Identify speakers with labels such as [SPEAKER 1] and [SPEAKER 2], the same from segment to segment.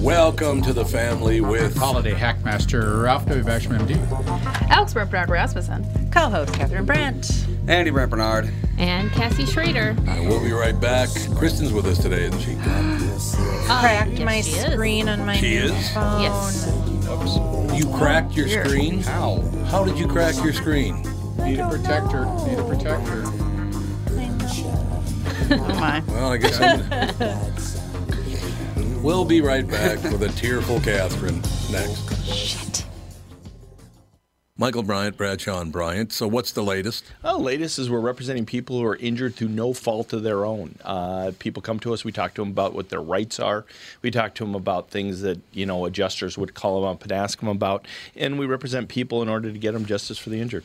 [SPEAKER 1] Welcome to the family with
[SPEAKER 2] Holiday Hackmaster Ralph W. Basham, MD.
[SPEAKER 3] Alex Brad Rasmussen.
[SPEAKER 4] Co-host Catherine Brandt.
[SPEAKER 5] Andy Brant Bernard.
[SPEAKER 6] And Cassie Schrader.
[SPEAKER 1] and We'll be right back. Kristen's with us today, isn't she? Ah,
[SPEAKER 4] Cracked
[SPEAKER 6] yes,
[SPEAKER 4] my
[SPEAKER 6] she is.
[SPEAKER 4] screen on my
[SPEAKER 1] She
[SPEAKER 4] new
[SPEAKER 1] is?
[SPEAKER 4] phone.
[SPEAKER 6] Yes.
[SPEAKER 1] You cracked your screen?
[SPEAKER 5] Ow.
[SPEAKER 1] How did you crack your screen?
[SPEAKER 2] Need a protector. Need a protector.
[SPEAKER 4] Oh my.
[SPEAKER 1] Well, I guess I'm... We'll be right back with a tearful Catherine next. Shit. Michael Bryant, Bradshaw and Bryant. So what's the latest?
[SPEAKER 7] Well, the latest is we're representing people who are injured through no fault of their own. Uh, people come to us. We talk to them about what their rights are. We talk to them about things that you know adjusters would call them up and ask them about. And we represent people in order to get them justice for the injured.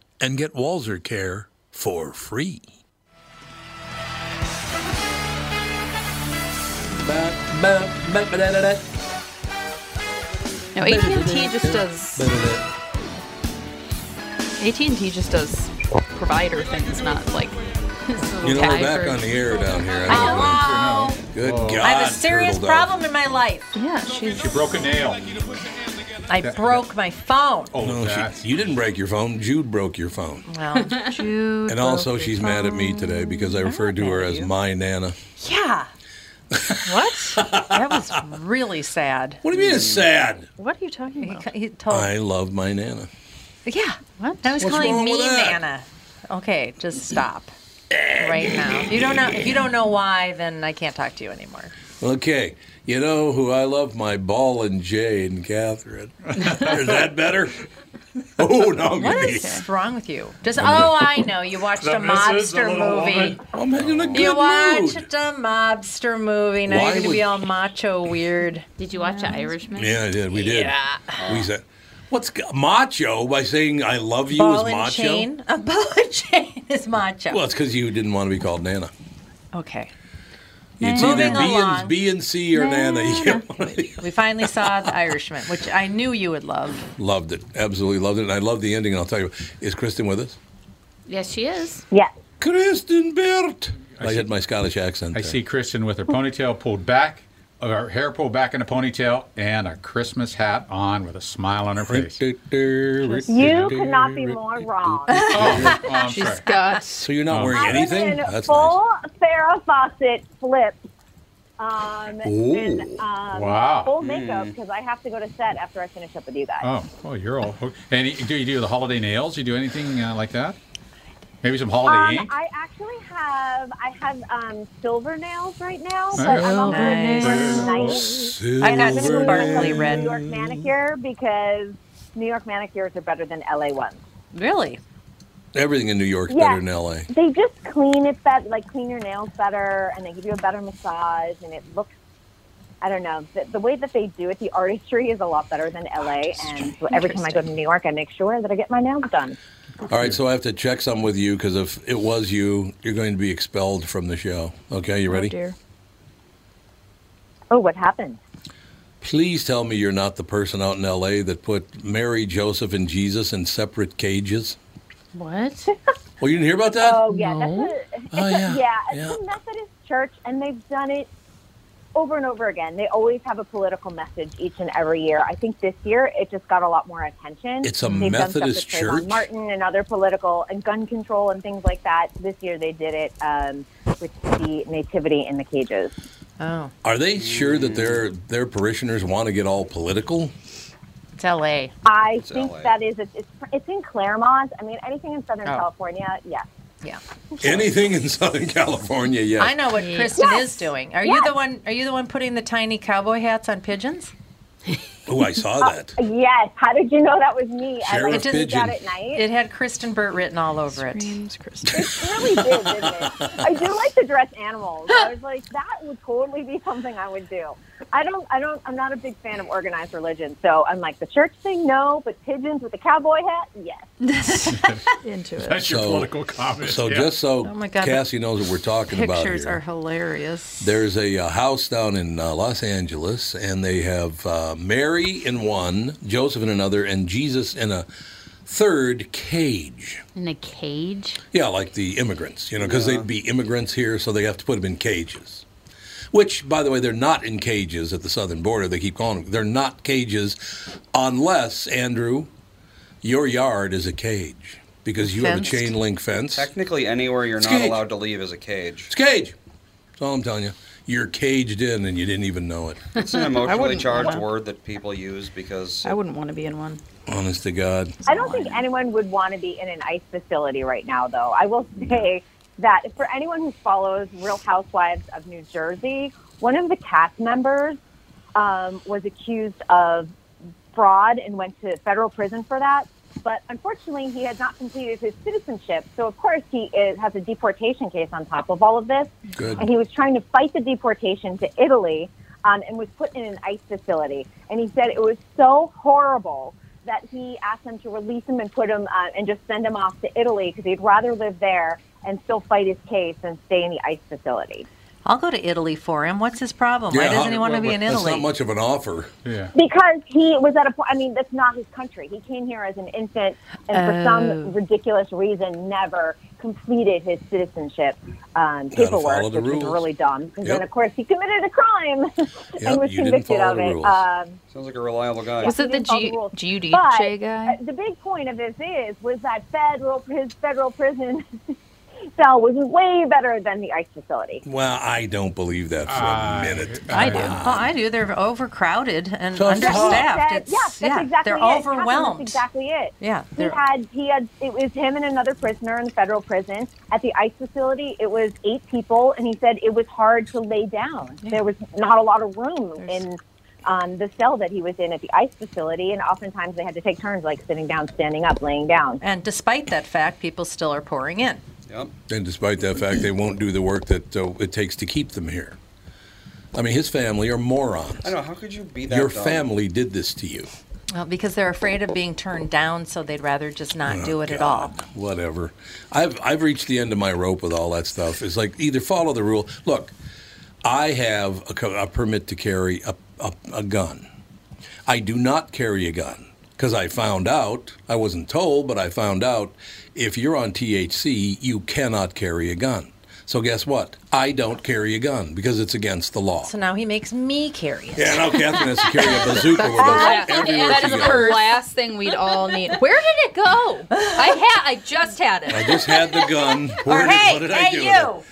[SPEAKER 1] and get Walzer Care for free.
[SPEAKER 3] No, AT&T just does AT&T just does provider things, not like
[SPEAKER 1] You know, we're back on the air down here. I don't know.
[SPEAKER 4] Wow.
[SPEAKER 1] Good God.
[SPEAKER 4] I have Oh, a serious
[SPEAKER 1] turtle dove.
[SPEAKER 4] problem in my life.
[SPEAKER 3] Yeah, she's
[SPEAKER 2] She broke a nail.
[SPEAKER 4] I broke my phone.
[SPEAKER 2] Oh,
[SPEAKER 1] No, she-
[SPEAKER 2] that's-
[SPEAKER 1] you didn't break your phone. Jude broke your phone.
[SPEAKER 4] Well,
[SPEAKER 3] Jude.
[SPEAKER 1] And also, she's mad at me today because I referred to her as my Nana.
[SPEAKER 4] yeah. what? That was really sad.
[SPEAKER 1] What do you mean it's sad?
[SPEAKER 3] What are you talking about?
[SPEAKER 4] He told.
[SPEAKER 1] I love my Nana.
[SPEAKER 4] yeah. What? That was
[SPEAKER 1] What's
[SPEAKER 4] calling
[SPEAKER 1] wrong
[SPEAKER 4] me
[SPEAKER 1] with that?
[SPEAKER 4] Nana. Okay, just stop. Right now. If you don't know if you don't know why, then I can't talk to you anymore.
[SPEAKER 1] Okay, you know who I love? My ball and Jay and Catherine. Is that better? Oh, no, I'm
[SPEAKER 4] What
[SPEAKER 1] gonna be-
[SPEAKER 4] is wrong with you? Just oh, I know. You watched a mobster movie.
[SPEAKER 1] I'm in a good
[SPEAKER 4] You watched
[SPEAKER 1] mood.
[SPEAKER 4] a mobster movie. Now
[SPEAKER 1] Why
[SPEAKER 4] you're gonna
[SPEAKER 1] would-
[SPEAKER 4] be all macho weird.
[SPEAKER 6] Did you watch The Irishman?
[SPEAKER 1] Yeah, I did. We did. We said, "What's g- macho?" By saying "I love you"
[SPEAKER 4] Ball
[SPEAKER 1] is
[SPEAKER 4] and
[SPEAKER 1] macho.
[SPEAKER 4] chain. A ball and chain is macho.
[SPEAKER 1] Well, it's because you didn't want to be called Nana.
[SPEAKER 4] Okay.
[SPEAKER 1] It's
[SPEAKER 4] Moving
[SPEAKER 1] either B
[SPEAKER 4] along.
[SPEAKER 1] and B and C or Nana. You
[SPEAKER 4] We finally saw The Irishman, which I knew you would love.
[SPEAKER 1] loved it. Absolutely loved it. And I love the ending. And I'll tell you, is Kristen with us?
[SPEAKER 6] Yes, she is.
[SPEAKER 1] Kristen Bert. I,
[SPEAKER 2] see-
[SPEAKER 1] hit my Scottish accent.
[SPEAKER 2] I
[SPEAKER 1] there.
[SPEAKER 2] see Kristen with her ponytail pulled back, her hair pulled back in a ponytail, and a Christmas hat on with a smile on her face.
[SPEAKER 1] You
[SPEAKER 8] You
[SPEAKER 1] could
[SPEAKER 8] could not be more wrong.
[SPEAKER 2] Oh, oh, I'm
[SPEAKER 3] She's
[SPEAKER 2] sorry.
[SPEAKER 3] got
[SPEAKER 1] So you're not
[SPEAKER 2] Oh.
[SPEAKER 1] wearing
[SPEAKER 8] I was
[SPEAKER 1] anything?
[SPEAKER 8] in
[SPEAKER 1] That's nice.
[SPEAKER 8] full Farrah Fawcett flips um, and
[SPEAKER 1] Ooh.
[SPEAKER 8] um,
[SPEAKER 2] Wow.
[SPEAKER 8] full makeup because I have to go to set after I finish up with you guys.
[SPEAKER 2] Oh, well, you're all. And you, do you do the holiday nails? You do anything uh, like that? Maybe some holiday
[SPEAKER 8] Um,
[SPEAKER 2] ink.
[SPEAKER 8] I actually have I have um, silver nails right now, but
[SPEAKER 2] Nice.
[SPEAKER 8] I'm also
[SPEAKER 4] Nice.
[SPEAKER 8] doing nice
[SPEAKER 4] I got
[SPEAKER 1] Silver
[SPEAKER 4] sparkly
[SPEAKER 8] New
[SPEAKER 4] red.
[SPEAKER 8] York manicure because New York manicures are better than LA ones.
[SPEAKER 4] Really?
[SPEAKER 1] Everything in New York's
[SPEAKER 8] Yeah.
[SPEAKER 1] better than LA.
[SPEAKER 8] They just clean it better, like clean your nails better, and they give you a better massage, and it looks. I don't know. The, the way that they do it, the artistry is a lot better than LA. And so every time I go to New York, I make sure that I get my nails done.
[SPEAKER 1] All right, so I have to check some with you because if it was you, you're going to be expelled Oh,
[SPEAKER 4] Oh,
[SPEAKER 1] from the show. Okay, you ready?
[SPEAKER 3] dear.
[SPEAKER 8] Oh, what happened?
[SPEAKER 1] Please tell me you're not the person out in L.A. that put Mary, Joseph, and Jesus in separate cages.
[SPEAKER 6] What?
[SPEAKER 1] Well, you didn't hear about that?
[SPEAKER 8] Oh yeah,
[SPEAKER 6] No.
[SPEAKER 8] that's a, it's
[SPEAKER 1] Oh,
[SPEAKER 8] a-
[SPEAKER 1] yeah,
[SPEAKER 8] yeah, it's
[SPEAKER 1] yeah.
[SPEAKER 8] a Methodist church, and they've done it over and over again. They always have a political message each and every year. I think this year it just got a lot more attention.
[SPEAKER 1] It's a
[SPEAKER 8] They've done stuff with
[SPEAKER 1] Methodist
[SPEAKER 8] Trayvon
[SPEAKER 1] church?
[SPEAKER 8] Martin and other political and gun control and things like that. This year they did it um, with the nativity in the cages.
[SPEAKER 4] Oh,
[SPEAKER 1] Are they sure that their their parishioners want to get all political?
[SPEAKER 4] it's L.A.
[SPEAKER 8] I
[SPEAKER 7] It's
[SPEAKER 8] think
[SPEAKER 7] LA.
[SPEAKER 8] that is it's, it's it's in Claremont. I mean, anything in Southern
[SPEAKER 4] Oh.
[SPEAKER 8] California, yes.
[SPEAKER 4] Yeah.
[SPEAKER 1] Anything in Southern California? Yes.
[SPEAKER 4] I know what
[SPEAKER 6] Yeah.
[SPEAKER 4] Kristen
[SPEAKER 8] Yes.
[SPEAKER 4] is doing. Are you
[SPEAKER 8] Yes.
[SPEAKER 4] the one? Are you the one putting the tiny cowboy hats on pigeons?
[SPEAKER 1] Oh, I saw that.
[SPEAKER 8] Uh, Yes. How did you know that was me? I
[SPEAKER 1] Sheriff
[SPEAKER 8] like sneaked
[SPEAKER 1] Pigeon.
[SPEAKER 8] out at night.
[SPEAKER 4] It had Kristen Burt written all over it.
[SPEAKER 8] really did, didn't it? I do like to dress animals. I was like, that would totally be something I would do. I don't, I don't, I'm not a big fan of organized religion. So I'm like, the church thing, no, but pigeons with a cowboy hat, yes.
[SPEAKER 5] into it.
[SPEAKER 2] That's your
[SPEAKER 1] So-
[SPEAKER 2] political comment.
[SPEAKER 1] So
[SPEAKER 2] yeah.
[SPEAKER 1] just so
[SPEAKER 4] Oh my God,
[SPEAKER 1] Cassie knows what we're talking about
[SPEAKER 5] Pictures
[SPEAKER 1] here,
[SPEAKER 5] are hilarious.
[SPEAKER 1] there's a, uh house down in uh, Los Angeles, and they have uh, Mary in one, Joseph in another, and Jesus in a third cage.
[SPEAKER 6] In a cage?
[SPEAKER 1] Yeah, like the immigrants, you know, because they'd be immigrants here, so they have to put them in cages. Which, by the way, they're not in cages at the southern border. They keep calling them. They're not cages unless, Andrew, your yard is a cage because you
[SPEAKER 4] Fenced.
[SPEAKER 1] have a chain link fence.
[SPEAKER 9] Technically, anywhere you're not
[SPEAKER 1] Cage.
[SPEAKER 9] allowed to leave is a cage.
[SPEAKER 1] It's cage. That's all I'm telling you. You're caged in and you didn't even know it.
[SPEAKER 9] It's an emotionally
[SPEAKER 5] wouldn't-
[SPEAKER 9] charged
[SPEAKER 5] wow.
[SPEAKER 9] word that people use because
[SPEAKER 5] I wouldn't want to be in one.
[SPEAKER 1] Honest to God.
[SPEAKER 8] I don't think anyone would want to be in an ICE facility right now, though. I will say that for anyone who follows Real Housewives of New Jersey, one of the cast members um, was accused of fraud and went to federal prison for that. But unfortunately, he had not completed his citizenship. So, of course, he is, has a deportation case on top of all of this.
[SPEAKER 1] Good.
[SPEAKER 8] And he was trying to fight the deportation to Italy um, and was put in an ICE facility. And he said it was so horrible that he asked them to release him and put him uh, and just send him off to Italy because he'd rather live there and still fight his case than stay in the ICE facility.
[SPEAKER 4] I'll go to Italy for him. What's his problem? Why
[SPEAKER 1] Yeah,
[SPEAKER 4] doesn't
[SPEAKER 1] how-
[SPEAKER 4] he want to be in
[SPEAKER 1] That's
[SPEAKER 4] Italy?
[SPEAKER 1] not much of an offer.
[SPEAKER 2] yeah.
[SPEAKER 8] Because he was at a point, I mean, that's not his country. He came here as an infant and for
[SPEAKER 4] Oh.
[SPEAKER 8] some ridiculous reason never completed his citizenship
[SPEAKER 1] follow
[SPEAKER 8] um, paperwork,
[SPEAKER 1] the
[SPEAKER 8] which is
[SPEAKER 1] rules.
[SPEAKER 8] really dumb. Because
[SPEAKER 1] Yep.
[SPEAKER 8] then, of course, he committed a crime
[SPEAKER 1] Yep,
[SPEAKER 8] and was
[SPEAKER 1] you didn't
[SPEAKER 8] convicted
[SPEAKER 1] follow
[SPEAKER 8] of
[SPEAKER 1] the
[SPEAKER 8] it.
[SPEAKER 1] rules.
[SPEAKER 8] Um,
[SPEAKER 9] sounds like a reliable guy.
[SPEAKER 6] Was
[SPEAKER 8] he
[SPEAKER 6] it the
[SPEAKER 8] didn't follow
[SPEAKER 6] G-
[SPEAKER 8] the rules.
[SPEAKER 6] Judy
[SPEAKER 8] But
[SPEAKER 6] J guy?
[SPEAKER 8] uh, the big point of this is was that federal his federal prison cell was way better than the ICE facility.
[SPEAKER 1] Well, I don't believe that for a minute. Ah.
[SPEAKER 4] I do. Oh, I do. They're overcrowded and
[SPEAKER 1] So it's
[SPEAKER 4] Mm-hmm. understaffed.
[SPEAKER 8] That-
[SPEAKER 4] It's,
[SPEAKER 8] yeah, that's
[SPEAKER 4] yeah,
[SPEAKER 8] exactly
[SPEAKER 4] they're
[SPEAKER 8] it. Catherine,
[SPEAKER 4] overwhelmed.
[SPEAKER 8] That's exactly it.
[SPEAKER 4] Yeah,
[SPEAKER 8] He
[SPEAKER 4] they're-
[SPEAKER 8] had he had it was him and another prisoner in the federal prison at the ICE facility. It was eight people, and he said it was hard to lay down. There was not a lot of room in. Um, the cell that he was in at the ICE facility, and oftentimes they had to take turns, like sitting down, standing up, laying down.
[SPEAKER 4] And despite that fact, people still are pouring in.
[SPEAKER 9] Yep.
[SPEAKER 1] And despite that fact, they won't do the work that uh, it takes to keep them here. I mean, his family are morons.
[SPEAKER 9] I know. How could you be that?
[SPEAKER 1] Your
[SPEAKER 9] dumb?
[SPEAKER 1] family did this to you.
[SPEAKER 4] Well, because they're afraid of being turned down, so they'd rather just not
[SPEAKER 1] Oh,
[SPEAKER 4] do it at all.
[SPEAKER 1] Whatever. I've I've reached the end of my rope with all that stuff. It's like either follow the rule. Look, I have a, co- a permit to carry a, a, a gun. I do not carry a gun because I found out. I wasn't told, but I found out if you're on THC, you cannot carry a gun. So guess what? I don't carry a gun because it's against the law.
[SPEAKER 4] So now he makes me carry it.
[SPEAKER 1] Yeah, now Catherine has to carry a bazooka with us everywhere
[SPEAKER 5] That
[SPEAKER 1] she
[SPEAKER 5] is a
[SPEAKER 1] goes.
[SPEAKER 5] purse.
[SPEAKER 6] Last thing we'd all need. Where did it go? I had. I just had it.
[SPEAKER 1] I just had the gun. Where
[SPEAKER 4] Or,
[SPEAKER 1] did-
[SPEAKER 4] hey,
[SPEAKER 1] what did I
[SPEAKER 4] hey,
[SPEAKER 1] do? with it?
[SPEAKER 4] you!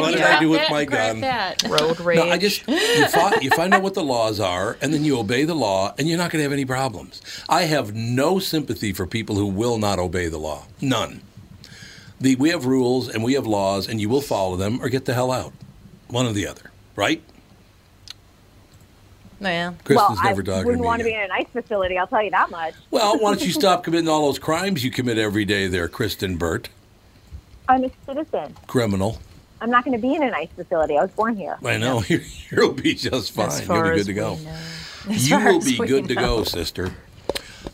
[SPEAKER 1] What did I do with my gun?
[SPEAKER 5] Road rage.
[SPEAKER 1] No, I just you, fi- you find out what the laws are, and then you obey the law, and you're not going to have any problems. I have no sympathy for people who will not obey the law. None. The, we have rules and we have laws, and you will follow them or get the hell out. One or the other, right?
[SPEAKER 4] Yeah.
[SPEAKER 1] Kristen's
[SPEAKER 8] well, I
[SPEAKER 1] never talking
[SPEAKER 8] wouldn't
[SPEAKER 1] to me
[SPEAKER 8] want to be
[SPEAKER 1] again.
[SPEAKER 8] in an ICE facility. I'll tell you that much.
[SPEAKER 1] Well, why don't you stop committing all those crimes you commit every day, there, Kristen Burt,
[SPEAKER 8] I'm a citizen.
[SPEAKER 1] criminal.
[SPEAKER 8] I'm not going to be in an ICE facility. I was born here.
[SPEAKER 1] I know you'll be just fine.
[SPEAKER 5] As
[SPEAKER 1] you'll
[SPEAKER 5] far
[SPEAKER 1] be good
[SPEAKER 5] as
[SPEAKER 1] to
[SPEAKER 5] we
[SPEAKER 1] go.
[SPEAKER 5] know.
[SPEAKER 1] You
[SPEAKER 4] far
[SPEAKER 1] will
[SPEAKER 4] as
[SPEAKER 1] be
[SPEAKER 4] we
[SPEAKER 1] good to go, sister.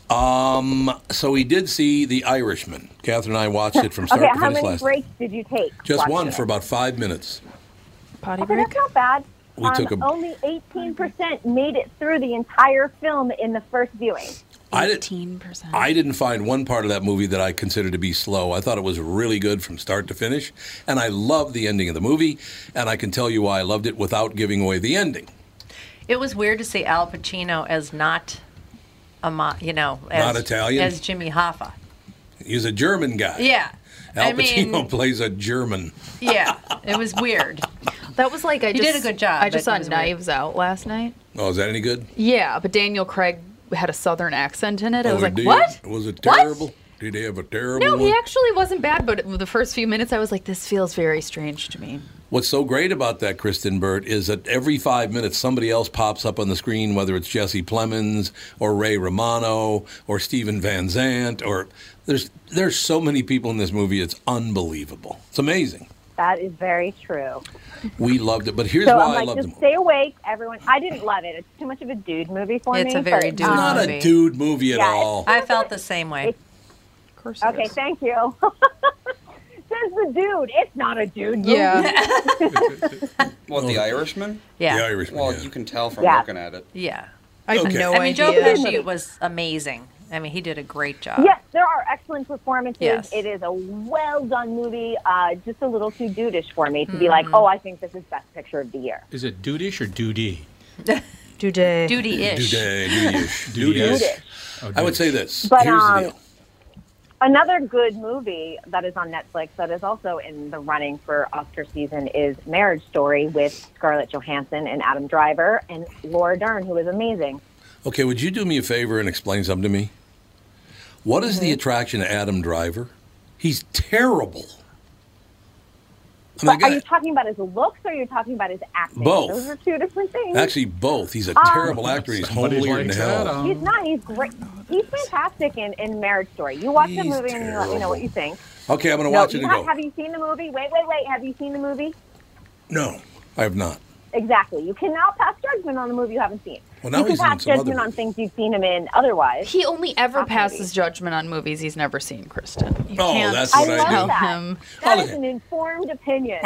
[SPEAKER 1] Um, so we did see The Irishman. Catherine and I watched it from start
[SPEAKER 8] Okay,
[SPEAKER 1] to
[SPEAKER 8] how
[SPEAKER 1] finish
[SPEAKER 8] many
[SPEAKER 1] last.
[SPEAKER 8] breaks did you take?
[SPEAKER 1] Just
[SPEAKER 8] watching
[SPEAKER 1] one
[SPEAKER 8] it?
[SPEAKER 1] for about five minutes.
[SPEAKER 5] Potty
[SPEAKER 8] Okay,
[SPEAKER 5] break.
[SPEAKER 8] that's not bad.
[SPEAKER 1] We took
[SPEAKER 8] um,
[SPEAKER 1] a-
[SPEAKER 8] only 18% made it through the entire film in the first viewing.
[SPEAKER 1] I did,
[SPEAKER 5] Eighteen percent.
[SPEAKER 1] I didn't find one part of that movie that I considered to be slow. I thought it was really good from start to finish, and I loved the ending of the movie. And I can tell you why I loved it without giving away the ending.
[SPEAKER 4] It was weird to see Al Pacino as not a mo- you know as,
[SPEAKER 1] Not Italian?
[SPEAKER 4] as Jimmy Hoffa.
[SPEAKER 1] He's a German guy.
[SPEAKER 4] Yeah,
[SPEAKER 1] Al
[SPEAKER 4] I mean-
[SPEAKER 1] Pacino plays a German.
[SPEAKER 4] yeah, it was weird.
[SPEAKER 5] That was like I
[SPEAKER 4] You
[SPEAKER 5] just
[SPEAKER 4] did a good job,
[SPEAKER 5] I just
[SPEAKER 4] but
[SPEAKER 5] saw
[SPEAKER 4] it was weird.
[SPEAKER 5] Knives Out last night.
[SPEAKER 1] Oh, is that any good?
[SPEAKER 5] Yeah, but Daniel Craig had a southern accent in it. I
[SPEAKER 1] Oh,
[SPEAKER 5] was like,
[SPEAKER 1] did-
[SPEAKER 5] what?
[SPEAKER 1] Was it
[SPEAKER 5] What?
[SPEAKER 1] terrible? Did they have a terrible
[SPEAKER 5] No,
[SPEAKER 1] one?
[SPEAKER 5] he actually wasn't bad, but the first few minutes I was like, this feels very strange to me.
[SPEAKER 1] What's so great about that, Kristen Burt, is that every five minutes somebody else pops up on the screen, whether it's Jesse Plemons or Ray Romano or Steven Van Zandt, or there's there's so many people in this movie, it's unbelievable. It's amazing.
[SPEAKER 8] That is very true.
[SPEAKER 1] We loved it, but here's
[SPEAKER 8] So
[SPEAKER 1] why
[SPEAKER 8] I'm
[SPEAKER 1] I
[SPEAKER 8] like,
[SPEAKER 1] loved
[SPEAKER 8] just
[SPEAKER 1] it. It's
[SPEAKER 8] stay awake, everyone. I didn't love it. It's too much of a dude movie for
[SPEAKER 4] It's
[SPEAKER 8] me.
[SPEAKER 4] a very
[SPEAKER 8] but,
[SPEAKER 4] dude
[SPEAKER 8] um,
[SPEAKER 1] not a
[SPEAKER 4] movie.
[SPEAKER 1] dude movie at
[SPEAKER 8] Yeah,
[SPEAKER 1] all.
[SPEAKER 4] I felt the same way.
[SPEAKER 5] Of course.
[SPEAKER 8] Okay, thank you. Says the dude. It's not a dude. movie.
[SPEAKER 5] Yeah.
[SPEAKER 9] What, The Irishman?
[SPEAKER 1] Oh. The
[SPEAKER 4] Yeah,
[SPEAKER 1] Irishman.
[SPEAKER 9] Well,
[SPEAKER 1] yeah.
[SPEAKER 9] you can tell from
[SPEAKER 8] Yeah.
[SPEAKER 9] looking at it.
[SPEAKER 4] yeah.
[SPEAKER 5] I have
[SPEAKER 1] Okay.
[SPEAKER 5] no
[SPEAKER 4] I mean, Joe
[SPEAKER 5] idea.
[SPEAKER 4] Pesci was amazing. I mean, he did a great job.
[SPEAKER 8] Yes, there are excellent performances.
[SPEAKER 4] Yes.
[SPEAKER 8] It is a well done movie. Uh, just a little too dudish for me to be
[SPEAKER 4] Hmm.
[SPEAKER 8] like, oh, I think this is best picture of the year.
[SPEAKER 2] Is it Dudish or Doody?
[SPEAKER 5] Today.
[SPEAKER 4] Duty-ish.
[SPEAKER 1] Dude-ay, dude-ish,
[SPEAKER 2] Dude-ish.
[SPEAKER 1] dude-ish.
[SPEAKER 2] Oh,
[SPEAKER 1] I would
[SPEAKER 2] Dudish.
[SPEAKER 1] say this.
[SPEAKER 8] But,
[SPEAKER 1] here's
[SPEAKER 8] um,
[SPEAKER 1] the deal.
[SPEAKER 8] Another good movie that is on Netflix that is also in the running for Oscar season is Marriage Story with Scarlett Johansson and Adam Driver and Laura Dern, who is amazing.
[SPEAKER 1] Okay, would you do me a favor and explain something to me? What is the attraction to Adam Driver? He's terrible. I mean,
[SPEAKER 8] But
[SPEAKER 1] the
[SPEAKER 8] are
[SPEAKER 1] guy-
[SPEAKER 8] you talking about his looks or are you talking about his acting?
[SPEAKER 1] Both.
[SPEAKER 8] Those are two different things.
[SPEAKER 1] actually, both. He's a
[SPEAKER 8] Ah.
[SPEAKER 1] terrible actor. He's
[SPEAKER 2] Somebody
[SPEAKER 1] holier than
[SPEAKER 2] likes
[SPEAKER 1] hell.
[SPEAKER 2] Adam.
[SPEAKER 8] He's not. He's great. He's fantastic in, in Marriage Story. You watch the
[SPEAKER 1] He's
[SPEAKER 8] movie and you let me know what you think.
[SPEAKER 1] Okay, I'm going to watch it and
[SPEAKER 8] not-
[SPEAKER 1] go.
[SPEAKER 8] Have you seen the movie? Wait, wait, wait. Have you seen the movie?
[SPEAKER 1] No, I have not.
[SPEAKER 8] Exactly. You cannot pass judgment on a movie you haven't seen.
[SPEAKER 1] Well, now
[SPEAKER 8] you can
[SPEAKER 1] he's in
[SPEAKER 8] pass
[SPEAKER 1] some other
[SPEAKER 8] judgment on
[SPEAKER 1] movie.
[SPEAKER 8] things you've seen him in otherwise.
[SPEAKER 5] He only ever
[SPEAKER 8] Not
[SPEAKER 5] passes
[SPEAKER 8] movies.
[SPEAKER 5] judgment on movies he's never seen, Kristen. You
[SPEAKER 1] Oh,
[SPEAKER 5] can't
[SPEAKER 1] that's what
[SPEAKER 8] I
[SPEAKER 1] I,
[SPEAKER 8] love
[SPEAKER 5] tell
[SPEAKER 1] do.
[SPEAKER 8] that.
[SPEAKER 5] him.
[SPEAKER 8] That
[SPEAKER 1] Oh,
[SPEAKER 8] is
[SPEAKER 1] yeah.
[SPEAKER 8] an informed opinion.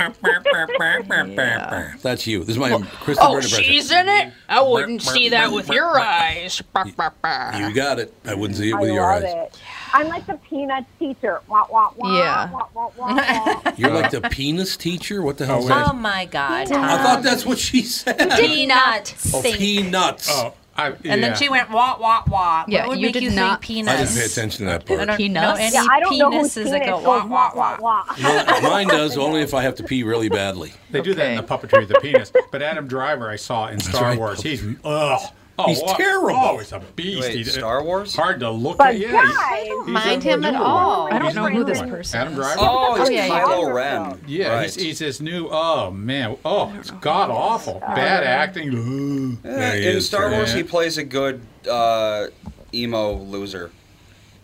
[SPEAKER 1] That's you. This is my Kristen
[SPEAKER 5] Oh,
[SPEAKER 1] Burt impression.
[SPEAKER 5] she's in it? I
[SPEAKER 6] Oh,
[SPEAKER 5] wouldn't see that with your eyes. Bah, bah, bah.
[SPEAKER 1] You got it. I wouldn't see it
[SPEAKER 8] I
[SPEAKER 1] with your
[SPEAKER 8] love
[SPEAKER 1] eyes.
[SPEAKER 8] it. I'm like the peanuts teacher. Wah, wah, wah,
[SPEAKER 5] Yeah.
[SPEAKER 8] wah, wah, wah, wah.
[SPEAKER 1] You're like the penis teacher? What the hell is
[SPEAKER 2] Oh,
[SPEAKER 1] that?
[SPEAKER 4] Oh my God.
[SPEAKER 1] I thought that's what she said.
[SPEAKER 4] Peanuts.
[SPEAKER 1] Oh, peanuts.
[SPEAKER 2] Oh, I,
[SPEAKER 4] And
[SPEAKER 2] yeah.
[SPEAKER 4] then she went wah wah wah.
[SPEAKER 5] Yeah,
[SPEAKER 4] what would
[SPEAKER 5] you
[SPEAKER 4] make
[SPEAKER 5] did
[SPEAKER 4] you
[SPEAKER 5] not-
[SPEAKER 4] think peanuts?
[SPEAKER 1] I didn't pay attention to that part.
[SPEAKER 4] I don't
[SPEAKER 5] Peanuts?
[SPEAKER 4] know any
[SPEAKER 8] yeah, I don't know whose
[SPEAKER 4] penises
[SPEAKER 8] penis
[SPEAKER 4] that go
[SPEAKER 8] goes
[SPEAKER 4] wah wah wah.
[SPEAKER 1] Mine mine does only if I have to pee really badly.
[SPEAKER 2] They do that in the puppetry of the penis. But Adam Driver, I saw in Star
[SPEAKER 1] right.
[SPEAKER 2] Wars. He's ugh. Oh,
[SPEAKER 1] He's
[SPEAKER 2] what-
[SPEAKER 1] terrible.
[SPEAKER 2] Oh, he's a beast.
[SPEAKER 9] Wait,
[SPEAKER 2] He's-
[SPEAKER 9] Star Wars?
[SPEAKER 2] Hard to look
[SPEAKER 8] But
[SPEAKER 2] at. Yeah,
[SPEAKER 8] guys,
[SPEAKER 2] he's-
[SPEAKER 8] I don't
[SPEAKER 2] he's a
[SPEAKER 6] mind him at
[SPEAKER 2] newer one.
[SPEAKER 6] all.
[SPEAKER 5] I don't
[SPEAKER 2] He's
[SPEAKER 5] know
[SPEAKER 2] a
[SPEAKER 5] who
[SPEAKER 2] newer
[SPEAKER 5] this
[SPEAKER 2] one.
[SPEAKER 5] person
[SPEAKER 2] Adam
[SPEAKER 5] is.
[SPEAKER 2] Driver.
[SPEAKER 9] Oh, it's
[SPEAKER 5] yeah, yeah.
[SPEAKER 9] Kylo Ren.
[SPEAKER 2] Yeah,
[SPEAKER 9] right.
[SPEAKER 2] he's, he's this new. Oh man. Oh, it's god awful. Bad acting.
[SPEAKER 9] Eh,
[SPEAKER 1] Yeah, he
[SPEAKER 9] in
[SPEAKER 1] is
[SPEAKER 9] Star Wars,
[SPEAKER 2] terrible.
[SPEAKER 9] he plays a good uh, emo loser.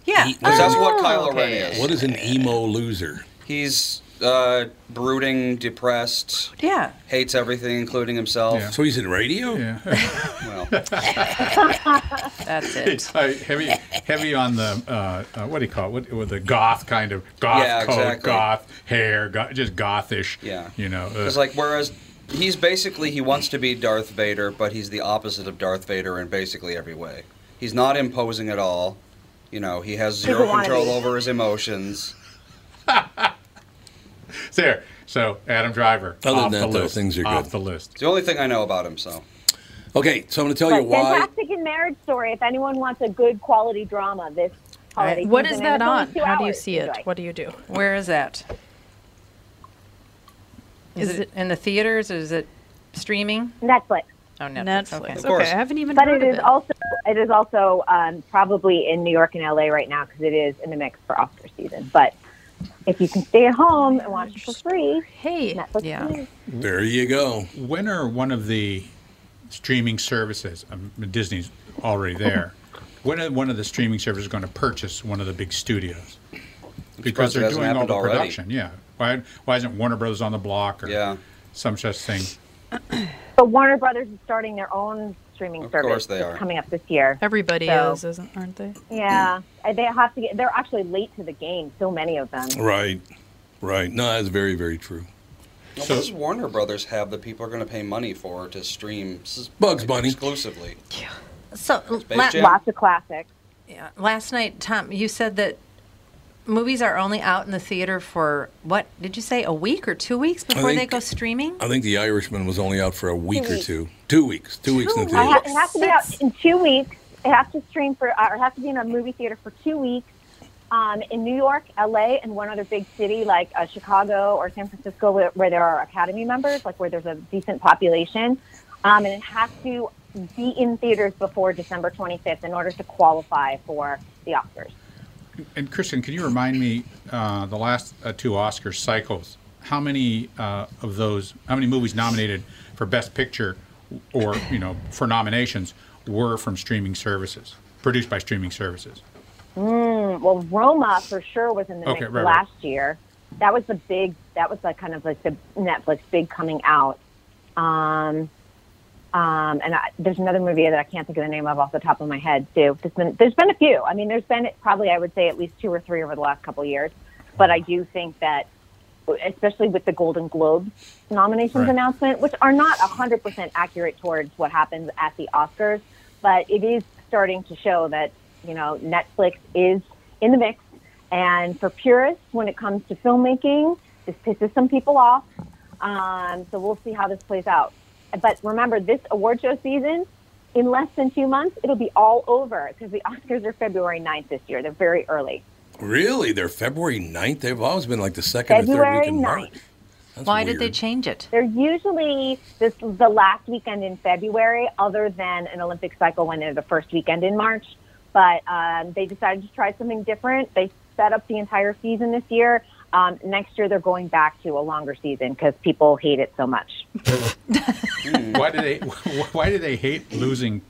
[SPEAKER 4] Yeah.
[SPEAKER 1] He-
[SPEAKER 9] Because that's what
[SPEAKER 4] Oh,
[SPEAKER 9] Kylo Ren
[SPEAKER 4] okay.
[SPEAKER 9] is.
[SPEAKER 1] What is an emo loser?
[SPEAKER 9] He's uh, brooding, depressed,
[SPEAKER 4] Yeah.
[SPEAKER 9] hates everything, including himself.
[SPEAKER 2] Yeah.
[SPEAKER 1] So he's in radio?
[SPEAKER 2] Yeah.
[SPEAKER 9] Well,
[SPEAKER 4] That's it.
[SPEAKER 2] It's, uh, heavy, heavy on the uh, uh, what do you call it? What, with the goth kind of goth
[SPEAKER 9] Yeah,
[SPEAKER 2] coat,
[SPEAKER 9] exactly.
[SPEAKER 2] goth hair, goth, just gothish.
[SPEAKER 9] Yeah.
[SPEAKER 2] you know. uh,
[SPEAKER 9] because like whereas he's basically he wants to be Darth Vader, but he's the opposite of Darth Vader in basically every way. He's not imposing at all. You know, he has
[SPEAKER 8] People
[SPEAKER 9] zero
[SPEAKER 8] wanna
[SPEAKER 9] control
[SPEAKER 8] be.
[SPEAKER 9] over his emotions.
[SPEAKER 2] there. So Adam Driver.
[SPEAKER 1] Other than
[SPEAKER 2] off
[SPEAKER 1] that,
[SPEAKER 2] the
[SPEAKER 1] though,
[SPEAKER 2] list,
[SPEAKER 1] things are
[SPEAKER 2] off
[SPEAKER 1] good.
[SPEAKER 2] the list.
[SPEAKER 9] It's the only thing I know about him. So
[SPEAKER 1] Okay, so I'm going to tell you
[SPEAKER 8] But
[SPEAKER 1] why.
[SPEAKER 8] fantastic in Marriage Story. If anyone wants a good quality drama this holiday
[SPEAKER 5] What is
[SPEAKER 8] season,
[SPEAKER 5] that
[SPEAKER 8] and it's only
[SPEAKER 5] on?
[SPEAKER 8] two
[SPEAKER 5] How do you
[SPEAKER 8] hours,
[SPEAKER 5] see it?
[SPEAKER 8] enjoy.
[SPEAKER 5] What do you do?
[SPEAKER 4] Where is that? Is,
[SPEAKER 5] Is
[SPEAKER 4] it, in the theaters? Is it streaming?
[SPEAKER 8] Netflix.
[SPEAKER 4] Oh, Netflix.
[SPEAKER 5] Netflix.
[SPEAKER 4] Okay.
[SPEAKER 9] Of course.
[SPEAKER 5] Okay, I haven't even
[SPEAKER 8] But
[SPEAKER 5] heard
[SPEAKER 8] it
[SPEAKER 5] of
[SPEAKER 8] is
[SPEAKER 5] it.
[SPEAKER 8] also it is also um, probably in New York and LA right now because it is in the mix for Oscar season. But if you can stay at home and watch for free,
[SPEAKER 5] hey,
[SPEAKER 8] Netflix.
[SPEAKER 4] Yeah.
[SPEAKER 8] is-
[SPEAKER 1] There you go.
[SPEAKER 2] When are one of the streaming services? Um, Disney's already there. when are one of the streaming services going to purchase one of the big studios? Because
[SPEAKER 9] surprised it
[SPEAKER 2] they're
[SPEAKER 9] hasn't
[SPEAKER 2] doing all
[SPEAKER 9] happened
[SPEAKER 2] the
[SPEAKER 9] already.
[SPEAKER 2] production. Yeah. Why? Why isn't Warner Brothers on the block or
[SPEAKER 9] Yeah.
[SPEAKER 2] some such thing?
[SPEAKER 8] But Warner Brothers is starting their own streaming
[SPEAKER 9] Of
[SPEAKER 8] service.
[SPEAKER 9] course they
[SPEAKER 8] that's
[SPEAKER 9] are.
[SPEAKER 8] coming up this year.
[SPEAKER 5] everybody
[SPEAKER 8] So-
[SPEAKER 5] is, isn't aren't they?
[SPEAKER 8] Yeah, And they have to get. They're actually late to the game. So many of them.
[SPEAKER 1] Right, right. No, that's very, very true.
[SPEAKER 9] Well,
[SPEAKER 2] So-
[SPEAKER 9] what does Warner Brothers have that people are going to pay money for to stream s-
[SPEAKER 1] Bugs Bunny.
[SPEAKER 9] exclusively?
[SPEAKER 4] So
[SPEAKER 9] Space
[SPEAKER 4] la-
[SPEAKER 9] Jam?
[SPEAKER 8] Lots of classics.
[SPEAKER 4] yeah, last night, Tom, you said that movies are only out in the theater for what did you say? A week or two weeks before they
[SPEAKER 1] think-
[SPEAKER 4] go streaming?
[SPEAKER 1] I think The Irishman was only out for a week or
[SPEAKER 8] weeks.
[SPEAKER 1] two. Two weeks. Two weeks in the
[SPEAKER 4] Two
[SPEAKER 8] I
[SPEAKER 1] theater.
[SPEAKER 8] ha- it has to be out in two weeks. It has to stream for, uh, or it has to be in a movie theater for two weeks um, in New York, LA, and one other big city like uh, Chicago or San Francisco, where, where there are Academy members, like where there's a decent population. Um, and it has to be in theaters before December 25th in order to qualify for the Oscars.
[SPEAKER 2] And Kristen, can you remind me uh, the last uh, two Oscar cycles? How many uh, of those? How many movies nominated for Best Picture, or you know, for nominations, were from streaming services, produced by streaming services?
[SPEAKER 8] Mm, Well, Roma for sure was in the
[SPEAKER 2] Okay,
[SPEAKER 8] mix
[SPEAKER 2] right, right.
[SPEAKER 8] last year. That was the big. That was like kind of like the Netflix big coming out. Um, um, and I, there's another movie that I can't think of the name of off the top of my head too. There's been there's been a few. I mean, there's been probably I would say at least two or three over the last couple of years. But I do think that, especially with the Golden Globes nominations
[SPEAKER 2] Right.
[SPEAKER 8] announcement, which are not 100% accurate towards what happens at the Oscars, but it is starting to show that, you know, Netflix is in the mix. And for purists, when it comes to filmmaking, this pisses some people off. Um, so we'll see how this plays out. But remember, this award show season, in less than two months, it'll be all over because the Oscars are February 9th this year. They're very early.
[SPEAKER 1] Really? They're February 9th? They've always been like the second or third
[SPEAKER 8] February
[SPEAKER 1] week in March.
[SPEAKER 8] 9th.
[SPEAKER 1] That's
[SPEAKER 4] Why did they
[SPEAKER 1] weird.
[SPEAKER 4] change it?
[SPEAKER 8] They're usually this the last weekend in February, other than an Olympic cycle when they're the first weekend in March. But um, they decided to try something different. They set up the entire season this year. Um, next year, they're going back to a longer season because people hate it so much.
[SPEAKER 2] why do they? Why do they hate losing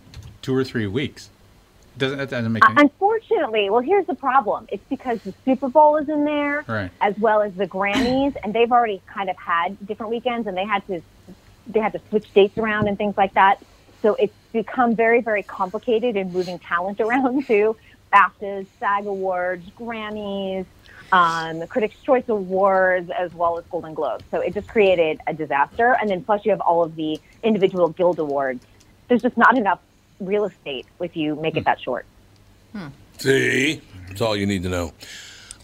[SPEAKER 2] two or three weeks? Doesn't that doesn't make any?
[SPEAKER 8] Unfortunately, well, here's the problem. It's because the Super Bowl is in there,
[SPEAKER 2] Right.
[SPEAKER 8] as well as the Grammys, and they've already kind of had different weekends, and they had to they had to switch dates around and things like that. So it's become very, very complicated in moving talent around to BAFTAs, SAG Awards, Grammys, um, the Critics' Choice Awards, as well as Golden Globes. So it just created a disaster. And then plus you have all of the individual guild awards. There's just not enough real estate if you make it that short.
[SPEAKER 1] See? That's all you need to know.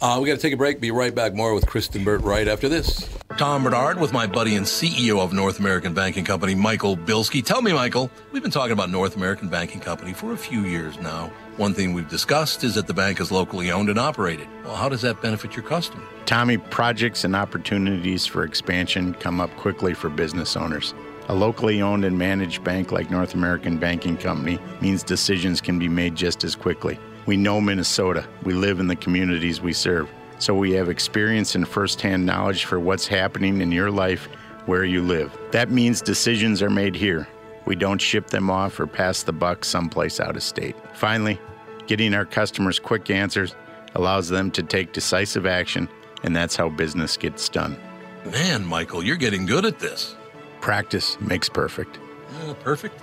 [SPEAKER 1] Uh, we got to take a break. Be right back. More with Kristen Burt right after this. Tom Bernard with my buddy and CEO of North American Banking Company, Michael Bilski. Tell me, Michael, we've been talking about North American Banking Company for a few years now. One thing we've discussed is that the bank is locally owned and operated. Well, how does that benefit your customer?
[SPEAKER 10] Tommy, projects and opportunities for expansion come up quickly for business owners. A locally owned and managed bank like North American Banking Company means decisions can be made just as quickly. We know Minnesota. We live in the communities we serve. So we have experience and firsthand knowledge for what's happening in your life where you live. That means decisions are made here. We don't ship them off or pass the buck someplace out of state. Finally, getting our customers quick answers allows them to take decisive action, and that's how business gets done.
[SPEAKER 1] Man, Michael, you're getting good at this.
[SPEAKER 10] Practice makes perfect.
[SPEAKER 1] Uh, perfect.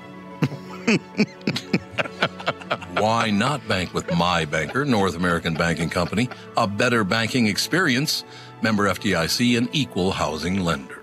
[SPEAKER 1] Why not bank with my banker, North American Banking Company? A better banking experience, member FDIC, an equal housing lender.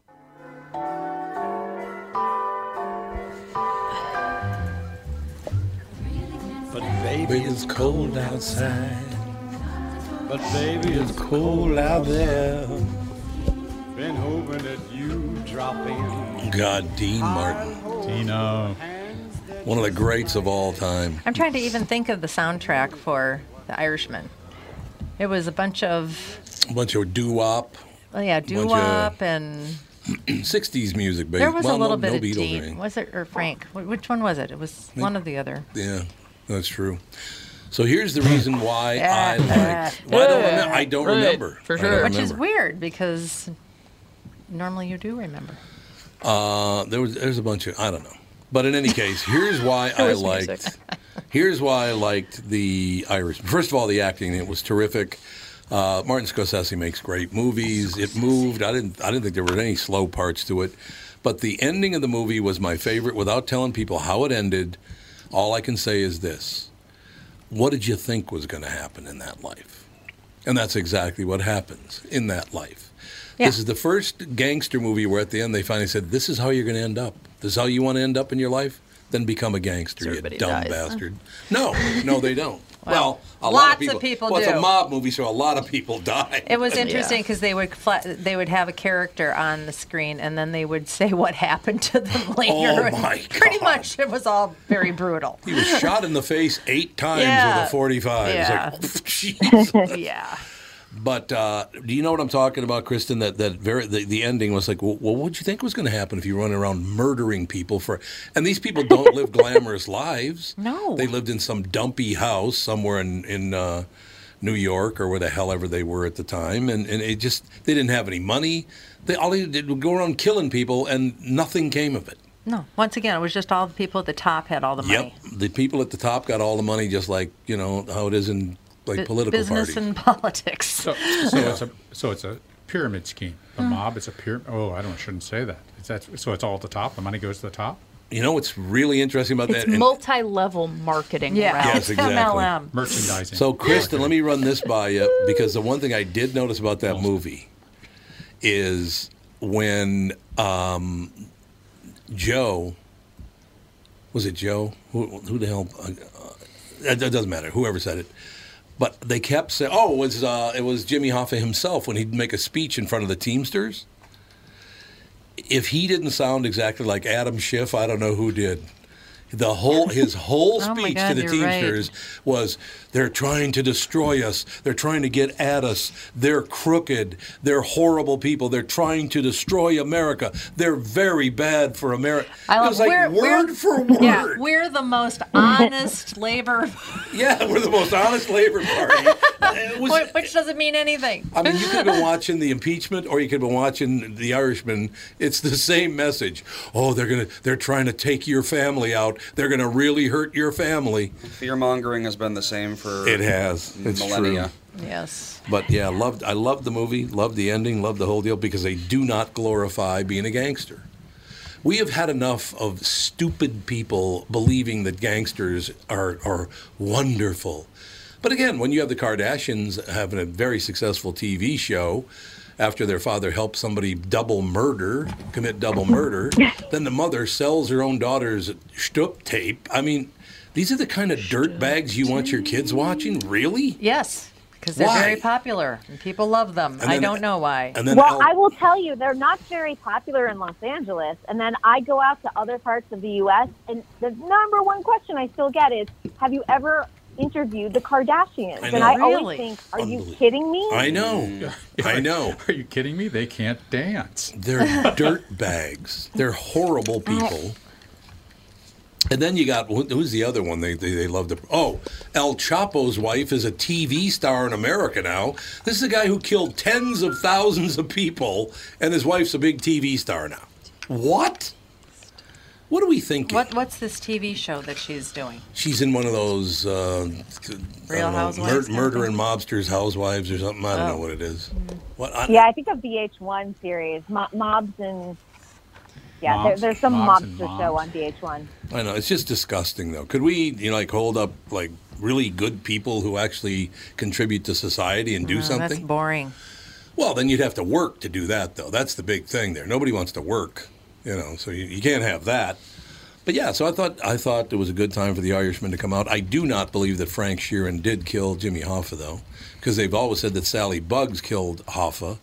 [SPEAKER 10] But baby, it's cold outside. But baby, it's cold out there.
[SPEAKER 11] been hoping that you'd drop in.
[SPEAKER 1] God, Dean Martin.
[SPEAKER 2] Dino.
[SPEAKER 1] One of the greats of all time.
[SPEAKER 4] I'm trying to even think of the soundtrack for The Irishman. It was a bunch of,
[SPEAKER 1] A bunch of doo wop,
[SPEAKER 4] oh yeah,
[SPEAKER 1] Bunch of-
[SPEAKER 4] doo wop and
[SPEAKER 1] 60s music, baby.
[SPEAKER 4] there was
[SPEAKER 1] well,
[SPEAKER 4] a little
[SPEAKER 1] no,
[SPEAKER 4] bit
[SPEAKER 1] no
[SPEAKER 4] of
[SPEAKER 1] Beatles,
[SPEAKER 4] Dean.
[SPEAKER 1] anything.
[SPEAKER 4] Was it or Frank? Wh- Which one was it? It was one or the other.
[SPEAKER 1] Yeah, that's true. So here's the reason why I
[SPEAKER 4] Yeah.
[SPEAKER 1] like. Well, I don't remember. I don't
[SPEAKER 4] Right,
[SPEAKER 1] remember. I don't
[SPEAKER 4] Which is
[SPEAKER 1] remember.
[SPEAKER 4] weird because normally you do remember.
[SPEAKER 1] Uh, there was there's a bunch of I don't know, but in any case, here's why
[SPEAKER 4] There
[SPEAKER 1] I
[SPEAKER 4] was music.
[SPEAKER 1] liked. Here's why I liked the Irish. First of all, the acting it was terrific. Uh, Martin Scorsese makes great movies. It moved. I didn't. I didn't think there were any slow parts to it, but the ending of the movie was my favorite. Without telling people how it ended, all I can say is this: What did you think was going to happen in that life? And that's exactly what happens in that life. This is the first gangster movie where at the end they finally said, "This is how you're going to end up. This is how you want to end up in your life. Then become a gangster, you dumb
[SPEAKER 4] dies, huh?
[SPEAKER 1] bastard." No, no, they don't. well, a lot
[SPEAKER 4] lots
[SPEAKER 1] of people.
[SPEAKER 4] of people
[SPEAKER 1] well, it's a
[SPEAKER 4] do.
[SPEAKER 1] mob movie, so a lot of people die.
[SPEAKER 4] It was interesting because they would fla- they would have a character on the screen and then they would say what happened to them later. and
[SPEAKER 1] Oh my
[SPEAKER 4] Pretty much, it was all very brutal.
[SPEAKER 1] He was shot in the face eight times
[SPEAKER 4] Yeah.
[SPEAKER 1] with a forty-five. It's
[SPEAKER 4] Yeah.
[SPEAKER 1] like, Jesus.
[SPEAKER 4] yeah.
[SPEAKER 1] But uh, do you know what I'm talking about, Kristen? That that very the, the ending was like, well, what would you think was going to happen if you run around murdering people for? And these people don't live glamorous lives.
[SPEAKER 4] No,
[SPEAKER 1] they lived in some dumpy house somewhere in in uh, New York or where the hell ever they were at the time, and and it just they didn't have any money. They all they did was go around killing people, and nothing came of it.
[SPEAKER 4] No. Once again, it was just all the people at the top had all the money.
[SPEAKER 1] Yep, the people at the top got all the money, just like you know how it is in like
[SPEAKER 4] Bu-
[SPEAKER 1] political
[SPEAKER 4] business
[SPEAKER 1] parties.
[SPEAKER 4] and politics. So,
[SPEAKER 2] so it's a so it's a pyramid scheme. The mob. It's a pyramid. Oh, I don't. Shouldn't say that. It's that's, so it's all at the top. The money goes to the top.
[SPEAKER 1] you know what's really interesting about
[SPEAKER 5] It's
[SPEAKER 1] Oh, that? and-
[SPEAKER 5] multi-level marketing. Ralph.
[SPEAKER 1] Yes, exactly.
[SPEAKER 2] Merchandising.
[SPEAKER 1] So, Kristen, let me run this by you because the one thing I did notice about that movie is when um, Joe was it Joe? Who, who the hell? Uh, it doesn't matter. Whoever said it. But they kept saying, "Oh, it was uh, it was Jimmy Hoffa himself when he'd make a speech in front of the Teamsters." If he didn't sound exactly like Adam Schiff, I don't know who did. The whole his whole
[SPEAKER 12] Oh my
[SPEAKER 1] speech
[SPEAKER 12] God,
[SPEAKER 1] to the
[SPEAKER 12] you're right.
[SPEAKER 1] Teamsters was, "They're trying to destroy us. They're trying to get at us. They're crooked. They're horrible people. They're trying to destroy America. They're very bad for America."
[SPEAKER 4] I
[SPEAKER 1] It
[SPEAKER 4] love
[SPEAKER 1] was like
[SPEAKER 4] we're,
[SPEAKER 1] word
[SPEAKER 4] we're,
[SPEAKER 1] for
[SPEAKER 4] Yeah,
[SPEAKER 1] word.
[SPEAKER 4] we're the most honest labor,
[SPEAKER 1] Yeah, we're the most honest labor party.
[SPEAKER 4] which- which doesn't mean anything.
[SPEAKER 1] I mean, you could have been watching the impeachment, or you could have been watching The Irishman. It's the same message. Oh, they're gonna, they're trying to take your family out. They're gonna really hurt your family.
[SPEAKER 9] Fear mongering has been the same for
[SPEAKER 1] It has. It's
[SPEAKER 9] millennia.
[SPEAKER 1] true.
[SPEAKER 4] Yes.
[SPEAKER 1] But yeah, loved. I loved the movie. Loved the ending. Loved the whole deal because they do not glorify being a gangster. We have had enough of stupid people believing that gangsters are are wonderful. But again, when you have the Kardashians having a very successful TV show after their father helped somebody double murder, commit double murder, then the mother sells her own daughter's shtup tape. I mean, these are the kind of dirt bags you want your kids watching, really?
[SPEAKER 4] Yes, because they're
[SPEAKER 1] Why?
[SPEAKER 4] very popular and people love them.
[SPEAKER 1] And
[SPEAKER 4] I
[SPEAKER 1] then-
[SPEAKER 4] don't know why.
[SPEAKER 1] and then
[SPEAKER 8] well,
[SPEAKER 1] El-
[SPEAKER 8] I will tell you, they're not very popular in Los Angeles. And then I go out to other parts of the U.S., and the number one question I still get is, "Have you ever interviewed the Kardashians?"
[SPEAKER 1] I
[SPEAKER 8] and
[SPEAKER 1] know.
[SPEAKER 8] I
[SPEAKER 1] Really?
[SPEAKER 8] always think, "Are you kidding me?"
[SPEAKER 1] I know. I know.
[SPEAKER 2] Are you kidding me? They can't dance.
[SPEAKER 1] They're dirt bags. They're horrible people. And then you got who- who's the other one they they, they love to oh El Chapo's wife is a TV star in America now. This is a guy who killed tens of thousands of people, and his wife's a big TV star now. What? What are we thinking?
[SPEAKER 4] What What's this TV show that she's doing?
[SPEAKER 1] She's in one of those uh, I
[SPEAKER 4] Real
[SPEAKER 1] don't know,
[SPEAKER 4] Housewives kind of
[SPEAKER 1] murder and mobsters, housewives or something. I don't
[SPEAKER 8] Oh.
[SPEAKER 1] know what it is. What? I,
[SPEAKER 8] yeah, I think a VH1 series, Mo- mobs and yeah, there,
[SPEAKER 1] Mobs-
[SPEAKER 8] there's some
[SPEAKER 1] Mobs and
[SPEAKER 8] mobster show on VH1.
[SPEAKER 1] I know it's just disgusting, though. Could we, you know, like hold up like really good people who actually contribute to society and do
[SPEAKER 4] Oh, That's
[SPEAKER 1] something?
[SPEAKER 4] boring.
[SPEAKER 1] Well, then you'd have to work to do that, though. That's the big thing there. Nobody wants to work, you know, so you, you can't have that. But yeah, so I thought I thought it was a good time for the Irishman to come out. I do not believe that Frank Sheeran did kill Jimmy Hoffa, though, because they've always said that Sally Bugs killed Hoffa.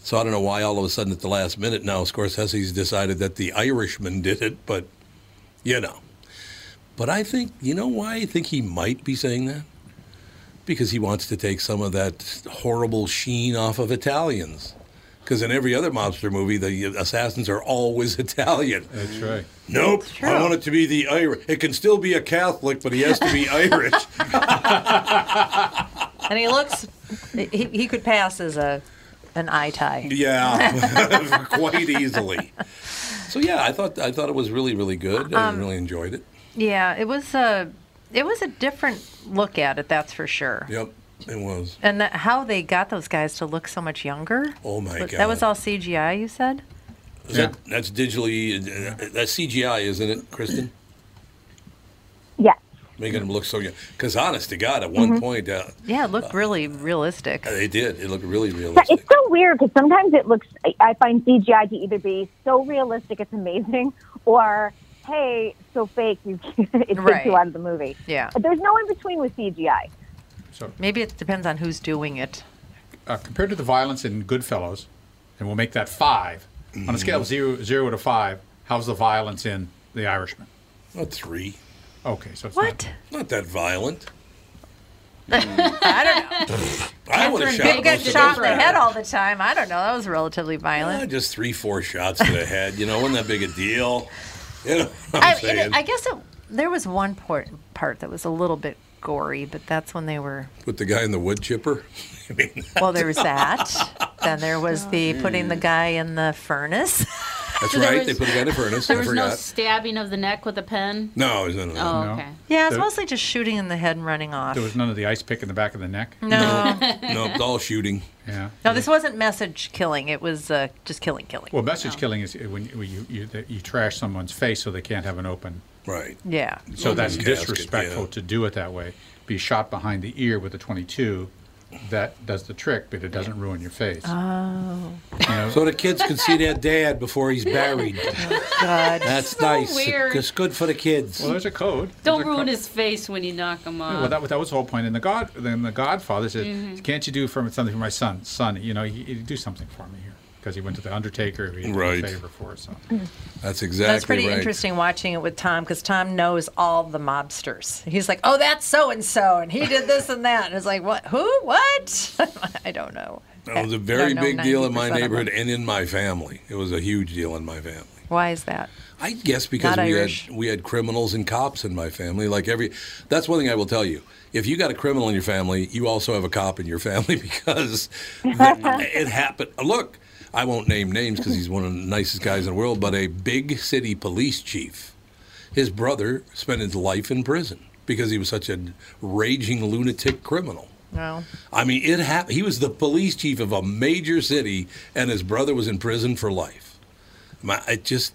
[SPEAKER 1] So I don't know why all of a sudden at the last minute now Scorsese's decided that the Irishman did it, but you know. But I think, you know why I think he might be saying that? Because he wants to take some of that horrible sheen off of Italians. Because in every other mobster movie, the assassins are always Italian.
[SPEAKER 2] That's right.
[SPEAKER 1] Nope. I want it to be the Irish. It can still be a Catholic, but he has to be Irish.
[SPEAKER 4] And he looks, he, he could pass as a an eye tie.
[SPEAKER 1] Yeah, quite easily. So yeah, I thought I thought it was really really good. I
[SPEAKER 4] Um,
[SPEAKER 1] really enjoyed it.
[SPEAKER 4] Yeah, it was a it was a different look at it, that's for sure.
[SPEAKER 1] Yep, it was.
[SPEAKER 4] And that, how they got those guys to look so much younger?
[SPEAKER 1] Oh my
[SPEAKER 4] But
[SPEAKER 1] god,
[SPEAKER 4] That was all CGI, you said?
[SPEAKER 1] Is that, that's digitally. Uh, that's CGI, isn't it, Kristen?
[SPEAKER 8] Yeah.
[SPEAKER 1] Making them look so young. Because honest to God, at one
[SPEAKER 4] Mm-hmm.
[SPEAKER 8] Mhm.
[SPEAKER 1] point, uh,
[SPEAKER 4] Yeah, it looked really realistic.
[SPEAKER 1] they did. It looked really real.
[SPEAKER 8] Yeah, it's so weird because sometimes it looks. I- I find CGI to either be so realistic it's amazing, or hey, so fake you it takes
[SPEAKER 4] Right.
[SPEAKER 8] you out of the movie.
[SPEAKER 4] Yeah.
[SPEAKER 8] But there's no in between with CGI.
[SPEAKER 4] Maybe it depends on who's doing it.
[SPEAKER 2] uh, compared to the violence in Goodfellas, and we'll make that 5 on a scale
[SPEAKER 1] Mm-hmm.
[SPEAKER 2] of zero, zero to five, how's the violence in The Irishman?
[SPEAKER 1] Well, three.
[SPEAKER 2] Okay, so it's
[SPEAKER 4] What?
[SPEAKER 1] Not that violent.
[SPEAKER 4] I don't know.
[SPEAKER 1] I would have shot.
[SPEAKER 4] People get
[SPEAKER 1] most of those
[SPEAKER 4] shot in the
[SPEAKER 1] guys.
[SPEAKER 4] head all the time. I don't know. That was relatively
[SPEAKER 1] Uh,
[SPEAKER 4] violent.
[SPEAKER 1] just three, four shots to the head. You know, wasn't that big a deal. You know what I'm
[SPEAKER 4] I, and
[SPEAKER 1] saying?
[SPEAKER 4] it- I guess it, there was one part, part that was a little bit gory, but that's when they were.
[SPEAKER 1] With the guy in the wood chipper. I mean,
[SPEAKER 4] Well, there was that. then there was the putting the guy in the furnace.
[SPEAKER 1] that's
[SPEAKER 4] So there
[SPEAKER 1] right.
[SPEAKER 4] was-
[SPEAKER 1] they put a guy in a furnace.
[SPEAKER 4] there
[SPEAKER 1] I
[SPEAKER 4] was
[SPEAKER 1] forgot.
[SPEAKER 4] no
[SPEAKER 6] Stabbing of the neck with a pen.
[SPEAKER 1] No, no, no, no.
[SPEAKER 6] Oh, okay.
[SPEAKER 4] Yeah, it's
[SPEAKER 2] There-
[SPEAKER 4] mostly just shooting in the head and running off.
[SPEAKER 2] There was none of the ice pick in the back of the neck.
[SPEAKER 4] No.
[SPEAKER 1] no, it's all shooting.
[SPEAKER 2] Yeah.
[SPEAKER 4] No, this wasn't message killing. It was uh, just killing, killing.
[SPEAKER 2] Well, message killing is uh, when you, you, you, that you trash someone's face so they can't have an open.
[SPEAKER 1] Right.
[SPEAKER 4] Yeah.
[SPEAKER 2] So
[SPEAKER 4] Open
[SPEAKER 2] that's
[SPEAKER 4] casket,
[SPEAKER 2] disrespectful to do it that way. Be shot behind the ear with a 22. That does the trick, but it doesn't ruin your face.
[SPEAKER 4] Oh.
[SPEAKER 1] So the kids can see their dad before he's buried.
[SPEAKER 4] Oh, God.
[SPEAKER 1] That's
[SPEAKER 6] So
[SPEAKER 1] nice.
[SPEAKER 6] weird.
[SPEAKER 1] It's good for the kids.
[SPEAKER 2] Well, there's a code.
[SPEAKER 6] Don't ruin his face when you knock him off.
[SPEAKER 2] Yeah, well, that, was- that was the whole point. And the God, then the Godfather said,
[SPEAKER 6] Mhm.
[SPEAKER 2] "Can't you do for something for my son? Son, you know, he, he do something for me here because he went to the Undertaker. He did
[SPEAKER 1] Right.
[SPEAKER 2] a favor for us. So.
[SPEAKER 1] That's
[SPEAKER 4] That's
[SPEAKER 1] exactly
[SPEAKER 4] pretty
[SPEAKER 1] right.
[SPEAKER 4] interesting watching it with Tom because Tom knows all the mobsters. He's like, oh, that's so and so, and he did this and that. And it's like, what? Who? What? I don't know.
[SPEAKER 1] That was a very
[SPEAKER 4] know
[SPEAKER 1] big deal in my
[SPEAKER 4] 90% of
[SPEAKER 1] neighborhood and in my family. It was a huge deal in my family.
[SPEAKER 4] Why is that?
[SPEAKER 1] I guess because
[SPEAKER 4] Not
[SPEAKER 1] we
[SPEAKER 4] Irish.
[SPEAKER 1] had we had criminals and cops in my family. Like every, that's one thing I will tell you. If you got a criminal in your family, you also have a cop in your family because the- it happened. Look, I won't name names because he's one of the nicest guys in the world, but a big city police chief, his brother spent his life in prison because he was such a raging lunatic criminal.
[SPEAKER 4] No.
[SPEAKER 1] I mean, it hap- he was the police chief of a major city, and his brother was in prison for life. My, it just,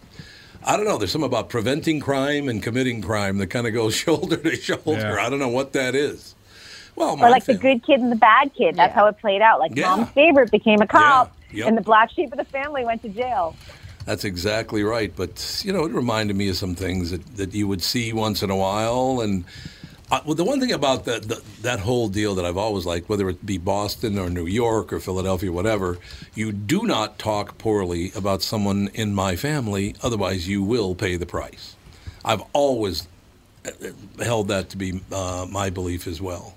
[SPEAKER 1] I don't know. There's something about preventing crime and committing crime that kind of goes shoulder to shoulder. I don't know what that is. Well, my
[SPEAKER 8] or like the good kid and the bad kid. That's how it played out. Like
[SPEAKER 1] Oh, Yeah.
[SPEAKER 8] mom's favorite became a cop,
[SPEAKER 1] Yeah. Yep.
[SPEAKER 8] and the black sheep of the family went to jail.
[SPEAKER 1] That's exactly right. But, you know, it reminded me of some things that, that you would see once in a while. And uh, well, the one thing about that, that that whole deal that I've always liked, whether it be Boston or New York or Philadelphia, whatever, you do not talk poorly about someone in my family. Otherwise, you will pay the price. I've always uh, uh, held that to be uh, my belief as well.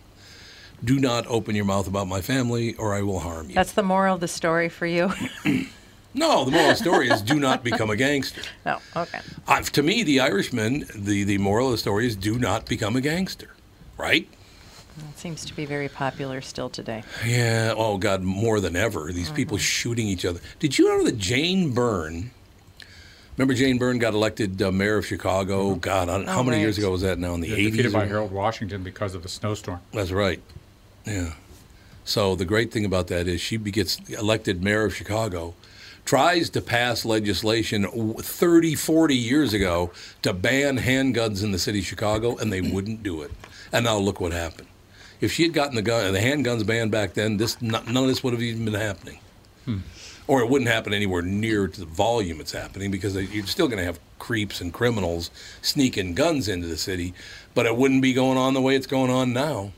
[SPEAKER 1] Do not open your mouth about my family or I will harm you.
[SPEAKER 4] That's the moral of the story for you.
[SPEAKER 1] No, the moral of the story is do not become a gangster.
[SPEAKER 4] no, okay.
[SPEAKER 1] I've, to me, the Irishman, the, the moral of the story is do not become a gangster, right?
[SPEAKER 4] It seems to be very popular still today.
[SPEAKER 1] Yeah. Oh God, more than ever, these people
[SPEAKER 2] Mm-hmm.
[SPEAKER 1] shooting each other. Did you know that Jane Byrne? Remember Jane Byrne got elected uh, mayor of Chicago? God, I don't, how
[SPEAKER 2] Oh,
[SPEAKER 1] many
[SPEAKER 2] right.
[SPEAKER 1] years ago was that? Now in the
[SPEAKER 2] Yeah,
[SPEAKER 1] eighties.
[SPEAKER 2] defeated by Harold Washington because of the snowstorm.
[SPEAKER 1] That's right. Yeah. So the great thing about that is she be- gets elected mayor of Chicago, tries to pass legislation w- 30, 40 years ago to ban handguns in the city of Chicago, and they wouldn't do it. And now look what happened. If she had gotten the gun, the handguns banned back then, this not, none of this would have even been happening.
[SPEAKER 11] Hmm.
[SPEAKER 1] Or it wouldn't happen anywhere near to the volume it's happening because they- you're still going to have creeps and criminals sneaking guns into the city, but it wouldn't be going on the way it's going on now.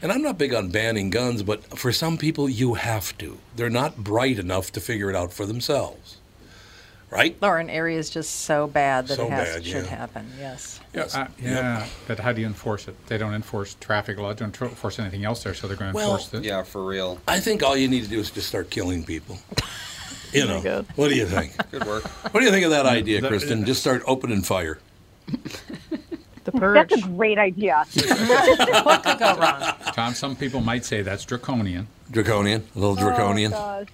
[SPEAKER 1] And I'm not big on banning guns, but for some people, you have to. They're not bright enough to figure it out for themselves. Right?
[SPEAKER 4] Lauren area is just so bad that
[SPEAKER 1] So
[SPEAKER 4] it has,
[SPEAKER 1] bad,
[SPEAKER 4] should
[SPEAKER 1] yeah.
[SPEAKER 4] happen. Yes.
[SPEAKER 2] Uh, yeah, but how do you enforce it? They don't enforce traffic law. They don't tr- enforce anything else there, so they're going to
[SPEAKER 1] Well-
[SPEAKER 2] enforce it.
[SPEAKER 9] Yeah, for real.
[SPEAKER 1] I think all you need to do is just start killing people. You know, what do you think?
[SPEAKER 9] Good work.
[SPEAKER 1] What do you think of that idea,
[SPEAKER 9] That-
[SPEAKER 1] Kristen? Just start opening fire.
[SPEAKER 8] That's a great idea.
[SPEAKER 2] Tom, some people might say that's draconian.
[SPEAKER 1] Draconian, a little draconian.
[SPEAKER 8] Oh, gosh.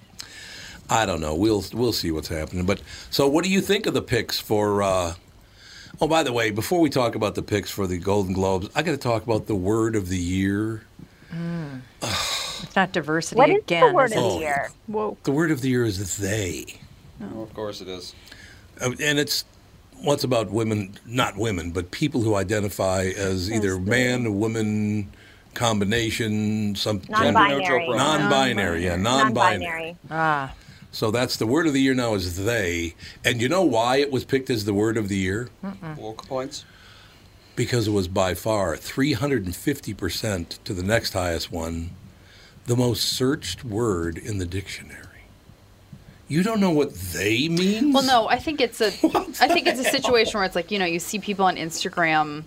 [SPEAKER 1] I don't know. We'll we'll see what's happening. But so, what do you think of the picks for? Uh, oh, by the way, before we talk about the picks for the Golden Globes, I got to talk about the word of the year.
[SPEAKER 4] Mm. it's not diversity
[SPEAKER 8] What is the
[SPEAKER 4] again.
[SPEAKER 8] word
[SPEAKER 4] is
[SPEAKER 8] of
[SPEAKER 4] it?
[SPEAKER 1] the year?
[SPEAKER 5] Whoa.
[SPEAKER 1] The word of the year is they,
[SPEAKER 9] Well, Oh, of course it is.
[SPEAKER 1] Uh, and it's what's about women, not women, but people who identify as either man, woman combination, some gender-
[SPEAKER 8] Non-binary.
[SPEAKER 1] non-binary, yeah, non-binary.
[SPEAKER 4] Ah.
[SPEAKER 1] So that's the word of the year now is they. And you know why it was picked as the word of the year?
[SPEAKER 9] Woke points.
[SPEAKER 1] Because it was by far 350% to the next highest one, the most searched word in the dictionary. You don't know what they means?
[SPEAKER 6] Well, no, I think it's a, I think it's a situation where it's like you know you see people on Instagram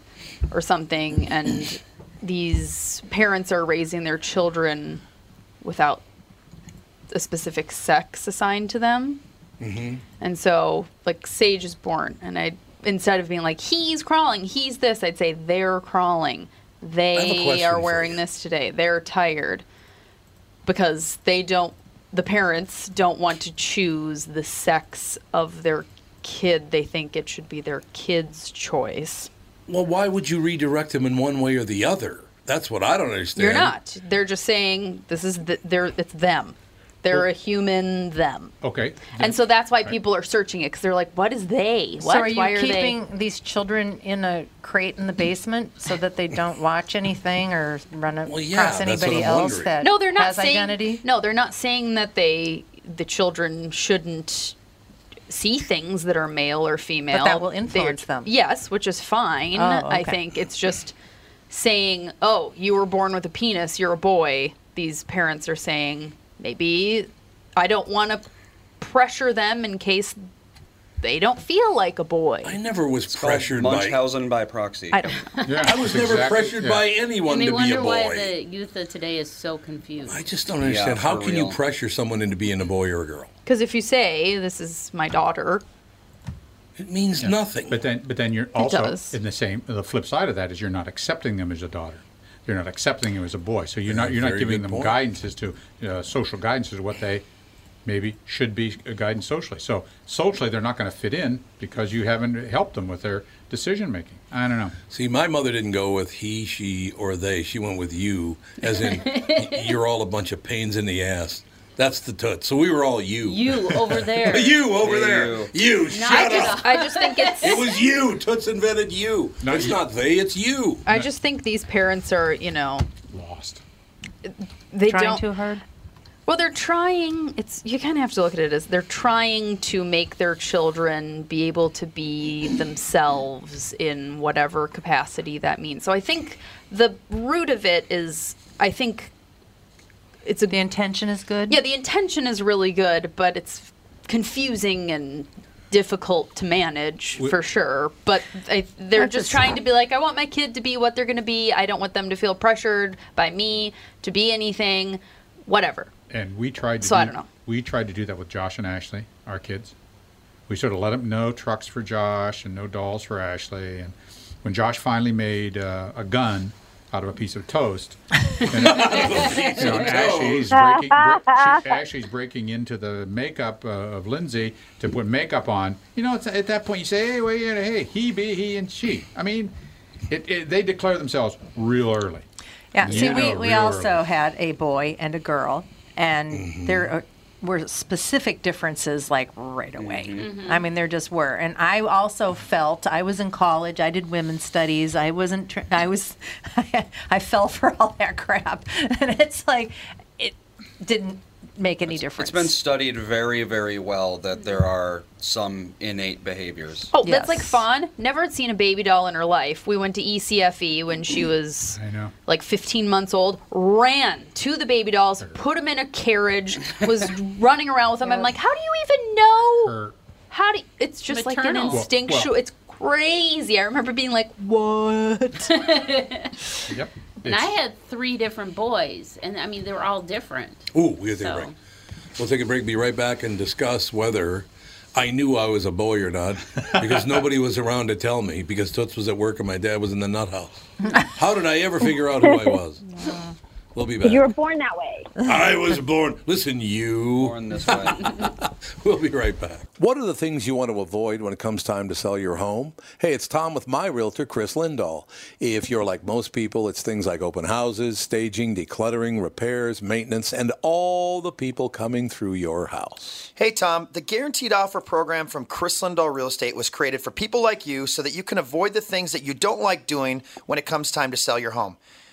[SPEAKER 6] or something, and these parents are raising their children without a specific sex assigned to them,
[SPEAKER 12] Mm-hmm.
[SPEAKER 6] and so like Sage is born, and I instead of being like he's crawling, he's this, I'd say they're crawling, they
[SPEAKER 12] question
[SPEAKER 6] are
[SPEAKER 12] for
[SPEAKER 6] wearing this today, they're tired, because they don't the parents don't want to choose the sex of their kid they think it should be their kid's choice
[SPEAKER 1] Well, why would you redirect them in one way or the other? That's what I don't understand.
[SPEAKER 6] you're not they're just saying this is the, they're it's them they're a human them
[SPEAKER 2] Okay.
[SPEAKER 6] and so that's why people are searching it because they're like what is they what
[SPEAKER 4] So are you
[SPEAKER 6] why are
[SPEAKER 4] keeping
[SPEAKER 6] they
[SPEAKER 4] these children in a crate in the basement so that they don't watch anything or run a- across anybody else that
[SPEAKER 6] no they're not
[SPEAKER 4] has
[SPEAKER 6] saying
[SPEAKER 4] identity?
[SPEAKER 6] no they're not saying that they the children shouldn't see things that are male or female
[SPEAKER 4] that will
[SPEAKER 6] They-
[SPEAKER 4] influence them.
[SPEAKER 6] yes which is fine
[SPEAKER 4] Oh,
[SPEAKER 6] i
[SPEAKER 4] okay.
[SPEAKER 6] think it's just saying oh you were born with a penis you're a boy these parents are saying maybe i don't want to pressure them in case they don't feel like a boy
[SPEAKER 1] I never was pressured by.
[SPEAKER 9] Munchausen by proxy.
[SPEAKER 6] I don't
[SPEAKER 1] I was never pressured by anyone
[SPEAKER 13] and they
[SPEAKER 1] to be
[SPEAKER 13] wonder
[SPEAKER 1] a boy.
[SPEAKER 13] why the youth of today is so confused.
[SPEAKER 1] I just don't understand. How
[SPEAKER 9] for
[SPEAKER 1] can
[SPEAKER 9] real.
[SPEAKER 1] you pressure someone into being a boy or a girl?
[SPEAKER 6] because if you say this is my daughter
[SPEAKER 1] it means
[SPEAKER 2] nothing. But then, but then you're also
[SPEAKER 6] does.
[SPEAKER 2] in the same. The flip side of that is you're not accepting them as a daughter. You're not accepting them as a boy. So you're not you're not
[SPEAKER 1] very
[SPEAKER 2] giving
[SPEAKER 1] good
[SPEAKER 2] them
[SPEAKER 1] point.
[SPEAKER 2] guidance as to uh, social guidance as to what they maybe should be uh, guidance socially. So socially, they're not going to fit in because you haven't helped them with their decision making. I don't know.
[SPEAKER 1] See, my mother didn't go with he, she, or they. She went with you, as in y- you're all a bunch of pains in the ass. That's the tut. So we were all you.
[SPEAKER 13] You over there.
[SPEAKER 1] you over there. You.
[SPEAKER 6] I
[SPEAKER 1] Shut up.
[SPEAKER 6] just, I just think it's
[SPEAKER 1] It was you. Toots invented you. it's not they. It's you.
[SPEAKER 6] I just think these parents are, you know,
[SPEAKER 2] lost.
[SPEAKER 6] They
[SPEAKER 4] Trying
[SPEAKER 6] don't.
[SPEAKER 4] too hard.
[SPEAKER 6] Well, they're trying. It's you kind of have to look at it as they're trying to make their children be able to be themselves in whatever capacity that means. So I think the root of it is, I think it's a, the
[SPEAKER 4] intention is good.
[SPEAKER 6] Yeah, the intention is really good, but it's confusing and difficult to manage
[SPEAKER 12] We-
[SPEAKER 6] for sure. But I, they're
[SPEAKER 12] That's
[SPEAKER 6] just
[SPEAKER 12] just
[SPEAKER 6] trying
[SPEAKER 12] not-
[SPEAKER 6] to be like, I want my kid to be what they're going to be. I don't want them to feel pressured by me to be anything, whatever.
[SPEAKER 2] And we tried to.
[SPEAKER 6] So
[SPEAKER 2] do,
[SPEAKER 6] I don't know.
[SPEAKER 2] We tried to do that with Josh and Ashley, our kids. We sort of let them no trucks for Josh and no dolls for Ashley. And when Josh finally made uh, a gun out of a piece of toast, and, you know, and Ashley's breaking, bre- she, Ashley's breaking into the makeup uh, of Lindsay to put makeup on. You know, it's, at that point you say, hey, well, you know, hey, he, be, he, and she. I mean, it, it, they declare themselves real early.
[SPEAKER 4] Yeah.
[SPEAKER 2] You
[SPEAKER 4] See,
[SPEAKER 2] know,
[SPEAKER 4] we, we
[SPEAKER 2] real
[SPEAKER 4] also
[SPEAKER 2] early.
[SPEAKER 4] had a boy and a girl, and
[SPEAKER 2] Mm-hmm.
[SPEAKER 4] there are, were specific differences like right away.
[SPEAKER 2] Mm-hmm.
[SPEAKER 12] Mhm.
[SPEAKER 4] I mean, there just were. And I also felt I was in college. I did women's studies. I wasn't. Tr- I was. I, fell for all that crap, and it's like it didn't make any difference.
[SPEAKER 9] It's been studied very, very well that there are some innate behaviors.
[SPEAKER 6] Oh, that's like Fawn. Never had seen a baby doll in her life. We went to E ECFE when she was
[SPEAKER 9] I know.
[SPEAKER 6] like 15 months old. Ran to the baby dolls, put them in a carriage, was running around with them. I'm like, how do you even know? How do you, it's just
[SPEAKER 13] Maternal.
[SPEAKER 6] like
[SPEAKER 13] Well,
[SPEAKER 6] an instinctual?
[SPEAKER 13] well-
[SPEAKER 6] It's crazy. I remember being like, what?
[SPEAKER 2] Yep.
[SPEAKER 13] And I had three different boys, and I mean, they were all different.
[SPEAKER 1] Ooh, we gotta take a
[SPEAKER 13] So-
[SPEAKER 1] break. We'll take a break. Be right back and discuss whether I knew I was a boy or not because nobody was around to tell me because Toots was at work and my dad was in the nut house. How did I ever figure out who I was? We'll be back.
[SPEAKER 8] You were born that way.
[SPEAKER 1] I was born. Listen, you. Born this way. we'll be right back. What are the things you want to avoid when it comes time to sell your home? Hey, it's Tom with my realtor, Chris Lindahl. If you're like most people, it's things like open houses, staging, decluttering, repairs, maintenance, and all the people coming through your house.
[SPEAKER 12] Hey, Tom, the Guaranteed Offer program from Chris Lindahl Real Estate was created for people like you so that you can avoid the things that you don't like doing when it comes time to sell your home.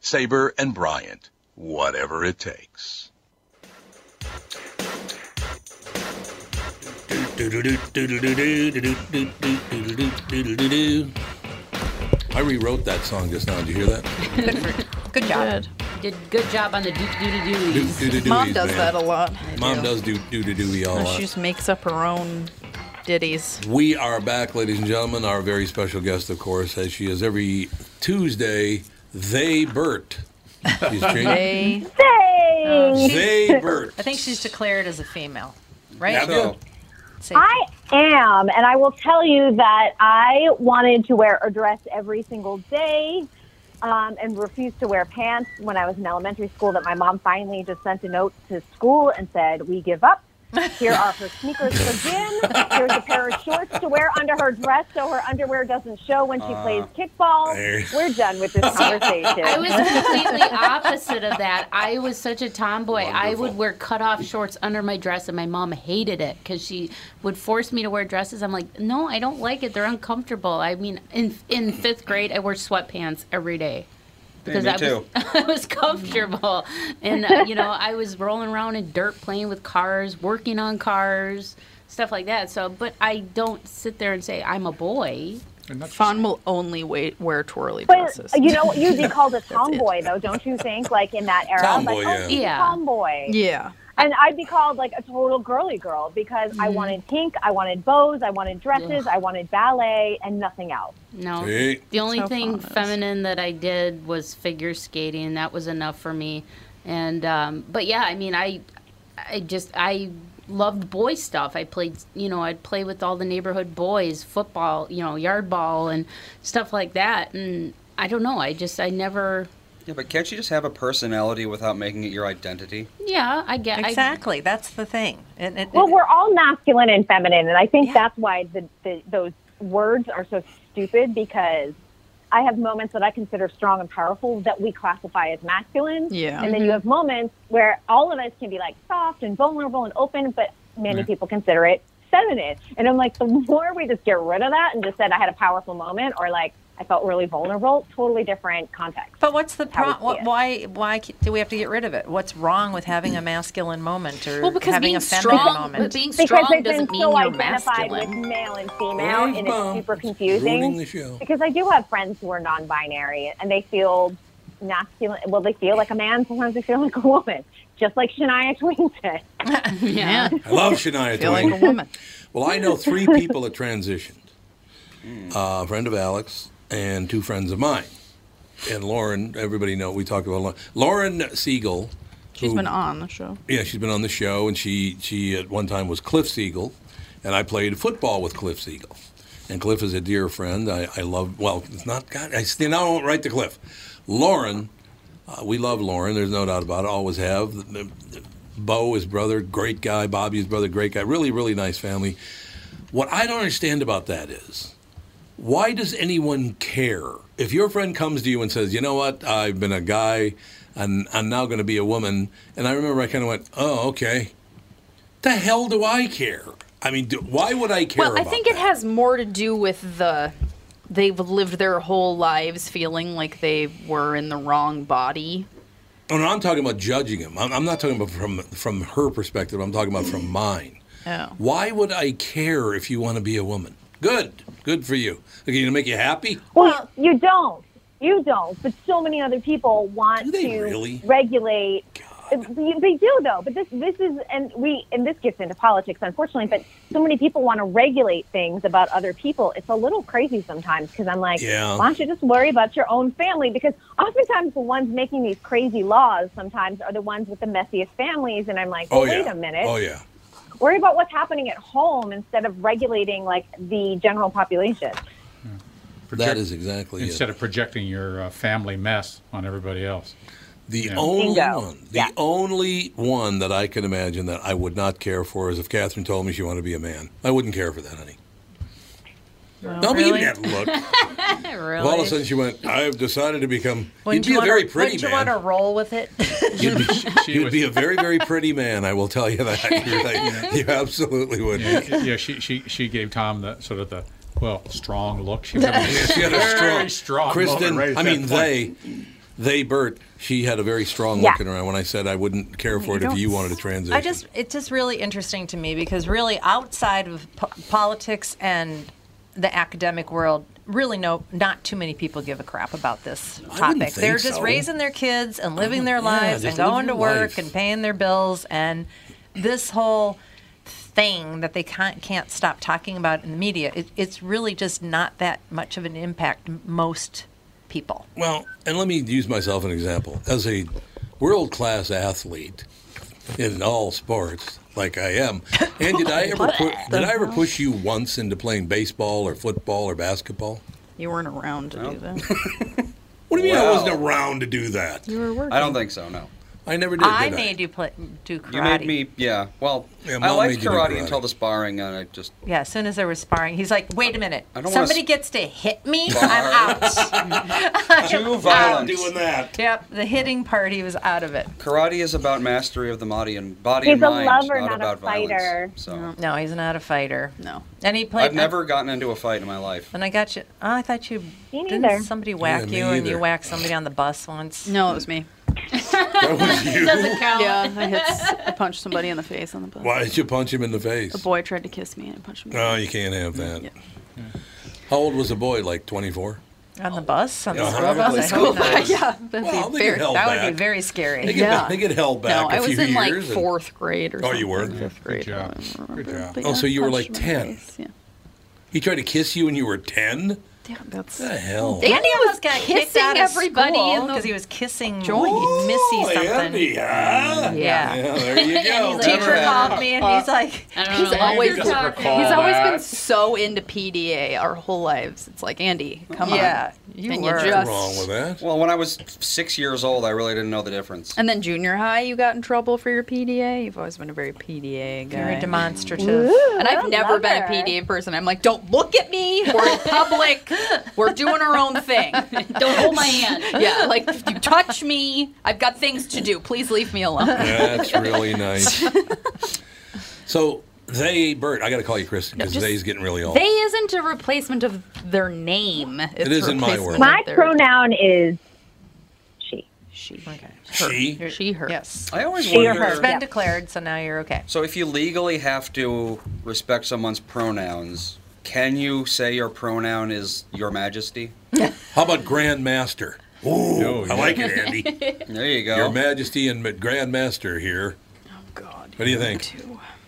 [SPEAKER 1] Sabre and Bryant, whatever it takes. I rewrote that song just now. Did you hear that?
[SPEAKER 13] Good job. Did good job on the doo doo
[SPEAKER 1] Do-
[SPEAKER 13] doo
[SPEAKER 1] do- do-
[SPEAKER 13] doos.
[SPEAKER 1] do- Mom doos, does man. that a
[SPEAKER 5] lot.
[SPEAKER 1] Mom does do do do do all
[SPEAKER 6] Oh,
[SPEAKER 5] No,
[SPEAKER 1] that.
[SPEAKER 5] she just makes up her own ditties.
[SPEAKER 1] We are back, ladies and gentlemen. Our very special guest, of course, as she is every Tuesday, they Bert. She's changed.
[SPEAKER 4] They. Oh,
[SPEAKER 8] They.
[SPEAKER 1] They Bert.
[SPEAKER 4] I think she's declared as a female, right?
[SPEAKER 8] I am, and I will tell you that I wanted to wear a dress every single day um, and refused to wear pants when I was in elementary school. That my mom finally just sent a note to school and said, "We give up." Here are her sneakers for gym. Here's a pair of shorts to wear under her dress so her underwear doesn't show when she
[SPEAKER 13] Uh,
[SPEAKER 8] plays
[SPEAKER 5] Ah,
[SPEAKER 8] kickball.
[SPEAKER 13] there.
[SPEAKER 8] We're done with this conversation.
[SPEAKER 13] I was completely opposite of that. I was such a tomboy. I would wear cutoff shorts under my dress, and my mom hated it because she would force me to wear dresses. I'm like, no, I don't like it. They're uncomfortable. I mean, in in fifth grade, I wore sweatpants every day.
[SPEAKER 9] me
[SPEAKER 13] I was,
[SPEAKER 9] too.
[SPEAKER 13] I was comfortable, and uh, you know, I was rolling around in dirt, playing with cars, working on cars, stuff like that. So, but I don't sit there and say I'm a boy.
[SPEAKER 5] Fawn will only wait, wear twirly
[SPEAKER 8] But uh,
[SPEAKER 5] dresses.
[SPEAKER 8] you know what you'd be called a tomboy, though, don't you think? Like in that era,
[SPEAKER 5] Tomboy,
[SPEAKER 8] like, oh, she's
[SPEAKER 5] yeah.
[SPEAKER 8] a
[SPEAKER 5] Yeah.
[SPEAKER 8] tomboy.
[SPEAKER 5] Yeah.
[SPEAKER 8] And I'd be called like a total girly girl because I wanted pink, I wanted bows, I wanted dresses, I wanted ballet, and nothing else.
[SPEAKER 13] No.
[SPEAKER 8] See?
[SPEAKER 13] The only
[SPEAKER 8] So
[SPEAKER 13] thing feminine that I did was figure skating. That was enough for me. And um, but yeah, I mean, I I just I loved boy stuff. I played, you know, I'd play with all the neighborhood boys, football, you know, yard ball and stuff like that. And I don't know, I just I never
[SPEAKER 9] Yeah, but can't you just have a personality without making it your identity?
[SPEAKER 13] Yeah, I get
[SPEAKER 4] exactly. That's the thing. And it,
[SPEAKER 8] Well, we're all masculine and feminine, and I think that's why the, the those words are so stupid because I have moments that I consider strong and powerful that we classify as masculine.
[SPEAKER 5] Yeah.
[SPEAKER 8] And then you have moments where all of us can be like soft and vulnerable and open, but many
[SPEAKER 5] Yeah.
[SPEAKER 8] people consider it feminine. And I'm like, the more we just get rid of that and just said I had a powerful moment or like I felt really vulnerable. Totally different context.
[SPEAKER 4] But what's the
[SPEAKER 8] How we
[SPEAKER 4] problem? What, why why c- do we have to get rid of it? What's wrong with having a masculine moment or
[SPEAKER 8] Well, because
[SPEAKER 4] having
[SPEAKER 8] being
[SPEAKER 4] a feminine
[SPEAKER 8] strong-
[SPEAKER 4] moment?
[SPEAKER 8] being Because strong they've been doesn't mean so you're identified with masculine. male and female,
[SPEAKER 4] Where's
[SPEAKER 8] and
[SPEAKER 4] Bob?
[SPEAKER 8] it's super
[SPEAKER 4] ruining
[SPEAKER 8] confusing.
[SPEAKER 4] the show.
[SPEAKER 8] Because I do have friends who are non-binary, and they feel masculine. Well, they feel like a man. Sometimes they feel like a woman, just like Shania Twain said.
[SPEAKER 13] yeah.
[SPEAKER 1] I love Shania
[SPEAKER 8] Feel like
[SPEAKER 1] Twain.
[SPEAKER 8] a woman.
[SPEAKER 1] well, I know three people that transitioned. Uh, a friend of Alex and two friends of mine. And Lauren, everybody know we talked about Lauren. Lauren Siegel.
[SPEAKER 5] She's
[SPEAKER 1] who-
[SPEAKER 5] been on the show.
[SPEAKER 1] Yeah, she's been on the show, and she she at one time was Cliff Siegel, and I played football with Cliff Siegel, and Cliff is a dear friend. I, I love well, it's not God. I still now I won't write to Cliff. Lauren, uh, we love Lauren. There's no doubt about it. Always have. Bo, his brother, great guy. Bobby, his brother, great guy. Really, really nice family. What I don't understand about that is why does anyone care if your friend comes to you and says, "You know what? I've been a guy, and I'm now going to be a woman." And I remember I kind of went, "Oh, okay." The hell do I care? I mean, do, why would I care?
[SPEAKER 6] Well, I
[SPEAKER 1] about
[SPEAKER 6] think
[SPEAKER 1] that?
[SPEAKER 6] it has more to do with the they've lived their whole lives feeling like they were in the wrong body.
[SPEAKER 1] Oh, no, I'm talking about judging him. I'm, I'm not talking about from from her perspective. I'm talking about from mine.
[SPEAKER 6] Oh.
[SPEAKER 1] Why would I care if you want to be a woman? Good, good for you. Okay, to make you happy.
[SPEAKER 8] Well, you don't. You don't. But so many other people want to
[SPEAKER 1] really?
[SPEAKER 8] regulate. They, they do though. But this this is and we and this gets into politics unfortunately. But so many people want to regulate things about other people. It's a little crazy sometimes because I'm like,
[SPEAKER 14] Yeah.
[SPEAKER 8] why don't you just worry about your own family? Because oftentimes the ones making these crazy laws sometimes are the ones with the messiest families. And I'm like,
[SPEAKER 1] Oh
[SPEAKER 8] wait
[SPEAKER 1] yeah.
[SPEAKER 8] a minute
[SPEAKER 1] Oh yeah.
[SPEAKER 8] worry about what's happening at home instead of regulating like the general population.
[SPEAKER 1] that is exactly
[SPEAKER 2] Instead of projecting your uh, family mess on everybody else.
[SPEAKER 1] The
[SPEAKER 2] Yeah.
[SPEAKER 1] only one, the only one that I can imagine that I would not care for is if Catherine told me she wanted to be a man. I wouldn't care for that, honey. Don't be
[SPEAKER 4] Oh, really?
[SPEAKER 1] that look. If
[SPEAKER 4] really?
[SPEAKER 1] all of a sudden she went, I've decided to become.
[SPEAKER 4] Wouldn't
[SPEAKER 1] you'd be
[SPEAKER 4] you
[SPEAKER 1] a
[SPEAKER 4] wanna-
[SPEAKER 1] very pretty
[SPEAKER 4] wouldn't
[SPEAKER 1] man.
[SPEAKER 4] you want to roll with it?
[SPEAKER 1] You'd be a very, very pretty man. I will tell you that. You're like, you absolutely would.
[SPEAKER 2] Yeah, yeah, she, she she gave Tom the sort of the well strong look. She, was having
[SPEAKER 1] Yeah, she had a
[SPEAKER 2] very
[SPEAKER 1] strong,
[SPEAKER 2] strong
[SPEAKER 1] Kristen.
[SPEAKER 2] moment right at
[SPEAKER 1] I
[SPEAKER 2] that
[SPEAKER 1] mean,
[SPEAKER 2] point.
[SPEAKER 1] they, they, Bert. She had a very strong
[SPEAKER 4] Yeah.
[SPEAKER 1] look in her eye when I said I wouldn't care for
[SPEAKER 4] You
[SPEAKER 1] it if
[SPEAKER 4] don't
[SPEAKER 1] you wanted to
[SPEAKER 4] s-
[SPEAKER 1] transition.
[SPEAKER 4] I just it's just really interesting to me because really outside of po- politics and the academic world, really no not too many people give a crap about this
[SPEAKER 3] wouldn't
[SPEAKER 4] topic. They're
[SPEAKER 3] think
[SPEAKER 4] just
[SPEAKER 3] so.
[SPEAKER 4] raising their kids and living their
[SPEAKER 3] yeah,
[SPEAKER 4] lives and
[SPEAKER 3] just live
[SPEAKER 4] going
[SPEAKER 3] your
[SPEAKER 4] to work
[SPEAKER 3] life.
[SPEAKER 4] and paying their bills and this whole thing that they can't, can't stop talking about in the media. It, it's really just not that much of an impact m- most people.
[SPEAKER 1] Well, and let me use myself an example. As a world class athlete in all sports, like I am, and did I ever pu- did I ever push you once into playing baseball or football or basketball?
[SPEAKER 5] You weren't around to do that.
[SPEAKER 1] What do you mean I
[SPEAKER 9] Wow.
[SPEAKER 1] wasn't around to do that?
[SPEAKER 5] You were working.
[SPEAKER 9] I don't think so. No.
[SPEAKER 1] I never
[SPEAKER 4] I made you play do karate.
[SPEAKER 9] You made me. Yeah. Well,
[SPEAKER 1] Yeah,
[SPEAKER 9] I
[SPEAKER 1] Mom
[SPEAKER 9] liked
[SPEAKER 1] made you do
[SPEAKER 9] karate,
[SPEAKER 1] karate.
[SPEAKER 9] until the sparring, and I just.
[SPEAKER 4] Yeah, as soon as there was sparring, he's like, "Wait a minute!
[SPEAKER 9] I don't wanna
[SPEAKER 4] Somebody
[SPEAKER 9] s-
[SPEAKER 4] gets to hit me.
[SPEAKER 9] Bar-
[SPEAKER 4] I'm out."
[SPEAKER 9] Too violent. doing
[SPEAKER 1] that.
[SPEAKER 4] Yep, the hitting party was out of it.
[SPEAKER 9] Karate is about mastery of the body and body
[SPEAKER 4] He's
[SPEAKER 9] and
[SPEAKER 4] a
[SPEAKER 9] mind,
[SPEAKER 4] lover,
[SPEAKER 9] not,
[SPEAKER 4] not a
[SPEAKER 9] about violence.
[SPEAKER 4] fighter.
[SPEAKER 9] So
[SPEAKER 4] No, he's not a fighter. No, and he played.
[SPEAKER 9] I've never gotten into a fight in my life.
[SPEAKER 4] And I got you. Oh, I thought you. didn't
[SPEAKER 9] neither.
[SPEAKER 4] somebody
[SPEAKER 9] Yeah,
[SPEAKER 4] whack
[SPEAKER 9] me
[SPEAKER 4] you and
[SPEAKER 9] either.
[SPEAKER 4] you whacked somebody on the bus once?
[SPEAKER 5] No, it was me.
[SPEAKER 13] Doesn't count.
[SPEAKER 5] Yeah, I, hit, s- I punched somebody in the face on the bus.
[SPEAKER 1] Why did you punch him in the face?
[SPEAKER 5] A boy tried to kiss me and I punched him.
[SPEAKER 1] No, you can't have that. How old was the boy? Like 24?
[SPEAKER 4] On the bus? On the
[SPEAKER 1] Yeah,
[SPEAKER 4] school bus?
[SPEAKER 1] probably
[SPEAKER 4] I hope
[SPEAKER 1] school
[SPEAKER 4] not.
[SPEAKER 1] bus. Yeah,
[SPEAKER 5] that'd
[SPEAKER 1] Well, they
[SPEAKER 5] be
[SPEAKER 1] get held
[SPEAKER 4] That would
[SPEAKER 1] back.
[SPEAKER 4] be very scary.
[SPEAKER 1] They get, they get held back
[SPEAKER 5] No,
[SPEAKER 1] a
[SPEAKER 5] I was
[SPEAKER 1] few
[SPEAKER 5] in, like,
[SPEAKER 1] years and-
[SPEAKER 5] fourth grade or
[SPEAKER 1] Oh, you
[SPEAKER 5] something,
[SPEAKER 1] were?
[SPEAKER 5] fifth grade,
[SPEAKER 1] Good job.
[SPEAKER 5] Good job.
[SPEAKER 1] Oh, so you were like 10. He tried to kiss you and you were 10?
[SPEAKER 5] Yeah, that's.
[SPEAKER 1] The hell?
[SPEAKER 4] Andy almost got kicked
[SPEAKER 5] Kissing
[SPEAKER 4] out of
[SPEAKER 5] everybody in the
[SPEAKER 4] because he was kissing
[SPEAKER 5] joint.
[SPEAKER 4] Missy
[SPEAKER 9] Oh,
[SPEAKER 4] something.
[SPEAKER 1] Andy, huh?
[SPEAKER 4] Yeah.
[SPEAKER 1] Yeah, there you go.
[SPEAKER 4] and the teacher
[SPEAKER 1] Never
[SPEAKER 4] called me and he's like,
[SPEAKER 5] He's always
[SPEAKER 4] he's
[SPEAKER 5] he's always been so into PDA our whole lives. It's like Andy, come
[SPEAKER 4] Yeah,
[SPEAKER 5] on.
[SPEAKER 4] you
[SPEAKER 5] and
[SPEAKER 4] were.
[SPEAKER 5] you just
[SPEAKER 1] that?
[SPEAKER 9] Well, when I was six years old, I really didn't know the difference.
[SPEAKER 5] And then junior high, you got in trouble for your PDA. You've always been a very PDA guy.
[SPEAKER 9] Very
[SPEAKER 4] demonstrative.
[SPEAKER 5] and I've never been a PDA person. I'm like, don't look at me. We're in public. We're doing our own thing.
[SPEAKER 13] Don't hold my hand.
[SPEAKER 5] yeah, like if you touch me, I've got things to do. Please leave me alone.
[SPEAKER 1] That's really nice. So They, Bert, I got to call you Kristen
[SPEAKER 6] No,
[SPEAKER 1] because
[SPEAKER 6] just-
[SPEAKER 1] they's getting really old.
[SPEAKER 6] They isn't a replacement of their name. It's
[SPEAKER 1] It is in my world.
[SPEAKER 8] My
[SPEAKER 6] pronoun.
[SPEAKER 8] pronoun is
[SPEAKER 6] She.
[SPEAKER 4] Okay.
[SPEAKER 9] She?
[SPEAKER 6] She, her.
[SPEAKER 4] Yes.
[SPEAKER 9] I always
[SPEAKER 4] She or
[SPEAKER 9] wonder-
[SPEAKER 4] her. It's been
[SPEAKER 9] Yeah.
[SPEAKER 4] declared, so now you're okay.
[SPEAKER 9] So if you legally have to respect someone's pronouns, can you say your pronoun is Your Majesty?
[SPEAKER 1] How about Grand Master? Ooh, I like it, Andy.
[SPEAKER 9] there you go.
[SPEAKER 1] Your Majesty and Ma- Grand Master here. Oh God! What do you think?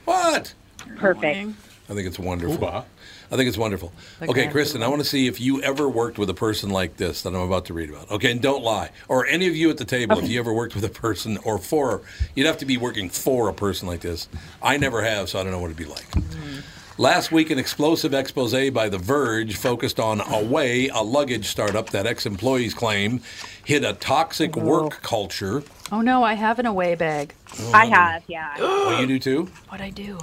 [SPEAKER 1] What?
[SPEAKER 8] perfect.
[SPEAKER 1] I think it's wonderful. I think it's wonderful.
[SPEAKER 8] The
[SPEAKER 1] okay,
[SPEAKER 8] Grand
[SPEAKER 1] Kristen, I want to see if you ever worked with a person like this that I'm about to read about. Okay, and don't lie. Or any of you at the table, if you ever worked with a person or for, you'd have to be working for a person like this. I never have, so I don't know what it'd be like. Mm-hmm. Last week, an explosive expose by The Verge focused on Away, a luggage startup that ex employees claim hid a toxic work culture.
[SPEAKER 6] Oh no, I have an away bag.
[SPEAKER 1] Oh, I
[SPEAKER 6] have,
[SPEAKER 8] yeah.
[SPEAKER 1] Well, you do too?
[SPEAKER 6] What I do?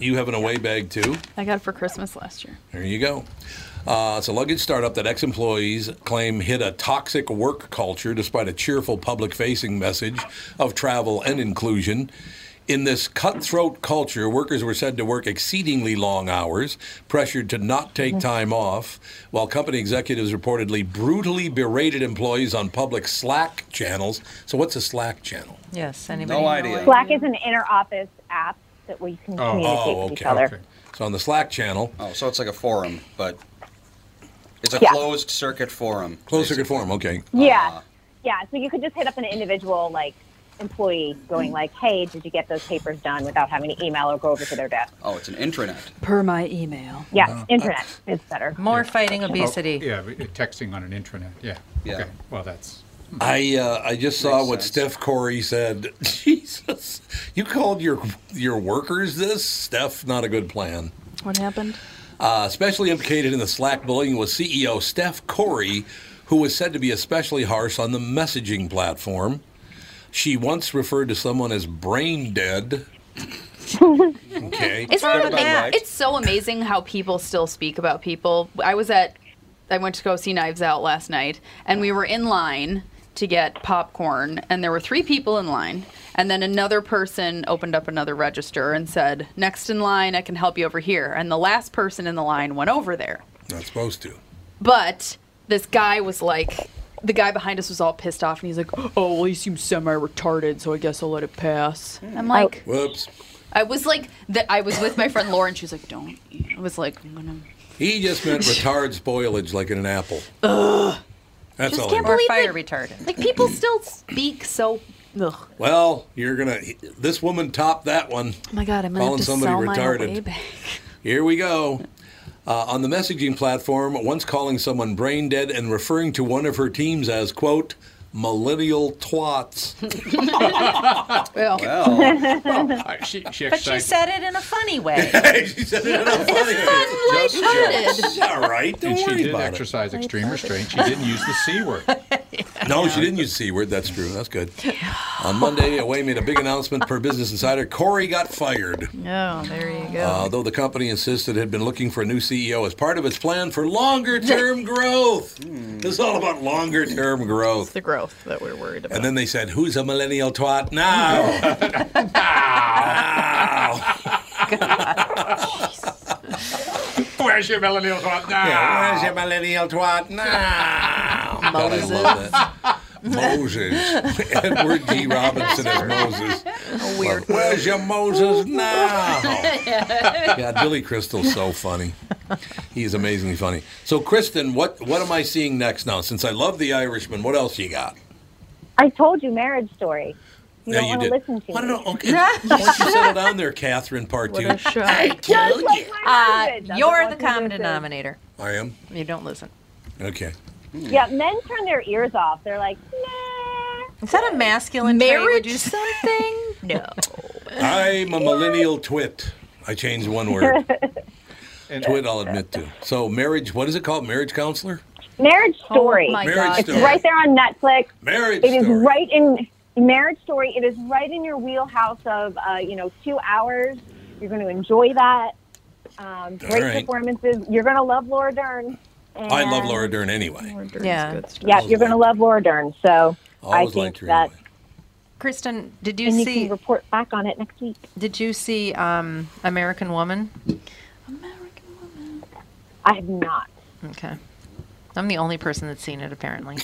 [SPEAKER 1] You have an Away bag too?
[SPEAKER 6] I got it for Christmas last year.
[SPEAKER 1] There you go. Uh, it's a luggage startup that ex employees claim hid a toxic work culture despite a cheerful public facing message of travel and inclusion. In this cutthroat culture, workers were said to work exceedingly long hours, pressured to not take time off, while company executives reportedly brutally berated employees on public Slack channels. So, what's a Slack channel?
[SPEAKER 4] Yes.
[SPEAKER 1] anybody know idea. what-
[SPEAKER 8] Slack is an inner office app that we can communicate
[SPEAKER 1] oh,
[SPEAKER 8] with
[SPEAKER 1] okay.
[SPEAKER 8] each other.
[SPEAKER 1] So, on the Slack channel.
[SPEAKER 9] Oh, so it's like a forum, but it's a
[SPEAKER 8] Yeah.
[SPEAKER 9] closed circuit forum.
[SPEAKER 1] Closed circuit forum, okay.
[SPEAKER 8] Yeah.
[SPEAKER 1] Uh.
[SPEAKER 8] yeah. So you could just hit up an individual like employee going like, Hey, did you get those papers done without having to email or go over to their desk?
[SPEAKER 9] Oh, it's an intranet.
[SPEAKER 6] Per my email.
[SPEAKER 8] Yeah, internet is better.
[SPEAKER 4] More fighting
[SPEAKER 2] Oh, yeah, but texting on an intranet. Yeah.
[SPEAKER 1] Yeah.
[SPEAKER 2] Okay. Well, that's.
[SPEAKER 1] I uh, I just saw what Steph Corey said. Jesus, you called your your workers this, Steph? Not a good plan.
[SPEAKER 6] What happened?
[SPEAKER 1] Uh, especially implicated in the Slack bullying was CEO Steph Corey, who was said to be especially harsh on the messaging platform. She once referred to someone as brain dead. okay,
[SPEAKER 6] Isn't that amazing? It's so amazing how people still speak about people. I was at, I went to go see Knives Out last night, and we were in line to get popcorn, and there were three people in line, and then another person opened up another register and said, "Next in line, I can help you over here," and the last person in the line went over there.
[SPEAKER 1] Not supposed to.
[SPEAKER 6] But this guy was like, the guy behind us was all pissed off, and he's like, "Oh, well, he seems semi-retarded, so I guess I'll let it pass." Hmm. I'm like,
[SPEAKER 1] Oh, Whoops.
[SPEAKER 6] I was like, th- I was with my friend Lauren. She was like, "Don't." I was like, "I'm gonna."
[SPEAKER 1] He just meant retard spoilage, like in an apple. That's all.
[SPEAKER 6] Just
[SPEAKER 1] he
[SPEAKER 6] can't
[SPEAKER 1] meant.
[SPEAKER 6] believe
[SPEAKER 4] Fire
[SPEAKER 6] that,
[SPEAKER 4] retardant.
[SPEAKER 6] like people still speak so. Ugh. Oh
[SPEAKER 1] Well, you're gonna. This woman topped that one.
[SPEAKER 6] my god, I'm gonna
[SPEAKER 1] Calling
[SPEAKER 6] have to
[SPEAKER 1] somebody
[SPEAKER 6] sell my
[SPEAKER 1] retarded.
[SPEAKER 6] away bag.
[SPEAKER 1] Here we go. Uh, on the messaging platform, once calling someone brain dead and referring to one of her teams as quote millennial twats.
[SPEAKER 6] well,
[SPEAKER 2] ah, she, she
[SPEAKER 4] but she said it in a funny way.
[SPEAKER 1] she said it in a funny
[SPEAKER 4] way.
[SPEAKER 2] Just jokes.
[SPEAKER 1] All right, don't
[SPEAKER 2] and she
[SPEAKER 1] worry
[SPEAKER 2] did
[SPEAKER 1] about it.
[SPEAKER 2] exercise extreme restraint. She didn't use the c word.
[SPEAKER 1] No, she didn't use C word. That's true. That's good. On Monday, Away made a big announcement per Business Insider. Corey got fired.
[SPEAKER 4] No, Oh, there you go.
[SPEAKER 1] Uh, though the company insisted it had been looking for a new CEO as part of its plan for longer term growth. This is all about longer term growth.
[SPEAKER 5] the growth that we're worried about.
[SPEAKER 1] And then they said, Who's a millennial twat now?
[SPEAKER 2] Where's your millennial twat now?
[SPEAKER 1] Yeah, where's your millennial twat now? God, I love that. Moses. Edward G. Robinson as Moses. A weird Where's your Moses now? God, Billy Crystal's so funny. He is amazingly funny. So, Kristen, what, what am I seeing next now? Since I love The Irishman, what else you got?
[SPEAKER 8] I told you marriage story. You
[SPEAKER 1] No,
[SPEAKER 8] don't
[SPEAKER 1] you
[SPEAKER 8] want to
[SPEAKER 1] did.
[SPEAKER 8] listen to
[SPEAKER 1] Why
[SPEAKER 8] me.
[SPEAKER 1] don't- okay. Once you settle down there, Catherine, part two.
[SPEAKER 8] Just like my
[SPEAKER 4] Uh,
[SPEAKER 8] husband doesn't
[SPEAKER 4] you're
[SPEAKER 8] want
[SPEAKER 4] the
[SPEAKER 8] to
[SPEAKER 4] common
[SPEAKER 8] listen.
[SPEAKER 4] denominator.
[SPEAKER 1] I am?
[SPEAKER 4] You don't listen.
[SPEAKER 1] Okay.
[SPEAKER 8] Yeah, men turn their ears off. They're like,
[SPEAKER 4] Is that a masculine marriage? Trait? Would you something? no.
[SPEAKER 1] I'm a millennial twit. I changed one word. twit, I'll admit to. So, marriage, what is it called? Marriage counselor?
[SPEAKER 8] Marriage Story.
[SPEAKER 1] Oh my Marriage God.
[SPEAKER 8] It's
[SPEAKER 1] Story.
[SPEAKER 8] right there on Netflix.
[SPEAKER 1] Marriage
[SPEAKER 8] It is
[SPEAKER 1] Story.
[SPEAKER 8] right in Marriage Story. It is right in your wheelhouse of uh, you know two hours. You're going to enjoy that. Um, great
[SPEAKER 1] right.
[SPEAKER 8] performances. You're going to love Laura Dern.
[SPEAKER 1] I love Laura Dern anyway.
[SPEAKER 8] Yeah, yeah. You're going to love Laura Dern. So I
[SPEAKER 1] Always
[SPEAKER 8] think
[SPEAKER 1] liked her
[SPEAKER 8] that
[SPEAKER 4] Kristen, did you
[SPEAKER 8] and
[SPEAKER 4] see?
[SPEAKER 8] you can report back on it next week.
[SPEAKER 4] Did you see um, American Woman?
[SPEAKER 8] I have not.
[SPEAKER 4] Okay. I'm the only person that's seen it, apparently.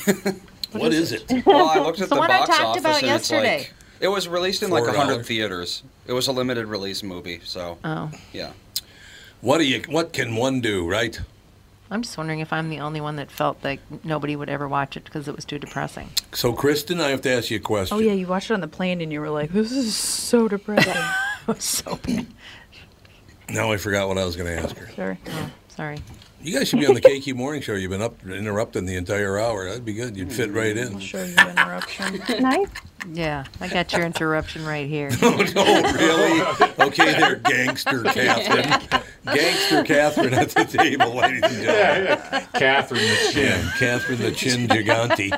[SPEAKER 1] what is, it?
[SPEAKER 9] Well, I looked at
[SPEAKER 4] The
[SPEAKER 9] the
[SPEAKER 4] one I
[SPEAKER 9] box
[SPEAKER 4] talked
[SPEAKER 9] office
[SPEAKER 4] about
[SPEAKER 9] and it's
[SPEAKER 4] yesterday.
[SPEAKER 9] like it was released in like
[SPEAKER 1] $4.
[SPEAKER 9] like hundred theaters. It was a limited release movie, so
[SPEAKER 4] Oh.
[SPEAKER 9] yeah.
[SPEAKER 1] What do you? What can one do? Right?
[SPEAKER 4] I'm just wondering if I'm the only one that felt like nobody would ever watch it because it was too depressing.
[SPEAKER 1] So, Kristen, I have to ask you a question.
[SPEAKER 4] Oh, yeah, you watched it on the plane and you were like, this is so depressing. so bad.
[SPEAKER 1] Now I forgot what I was going to ask her.
[SPEAKER 4] Sorry. sorry.
[SPEAKER 1] You guys should be on the KQ Morning Show. You've been up interrupting the entire hour. That'd be good. You'd fit right in.
[SPEAKER 4] Sure, your interruption.
[SPEAKER 8] nice.
[SPEAKER 4] Yeah, I got your interruption right here.
[SPEAKER 1] no, really? Okay, there, gangster Catherine. Gangster Catherine at the table, ladies and gentlemen.
[SPEAKER 2] Catherine the Chin.
[SPEAKER 1] Yeah, Catherine the Chin Gigante.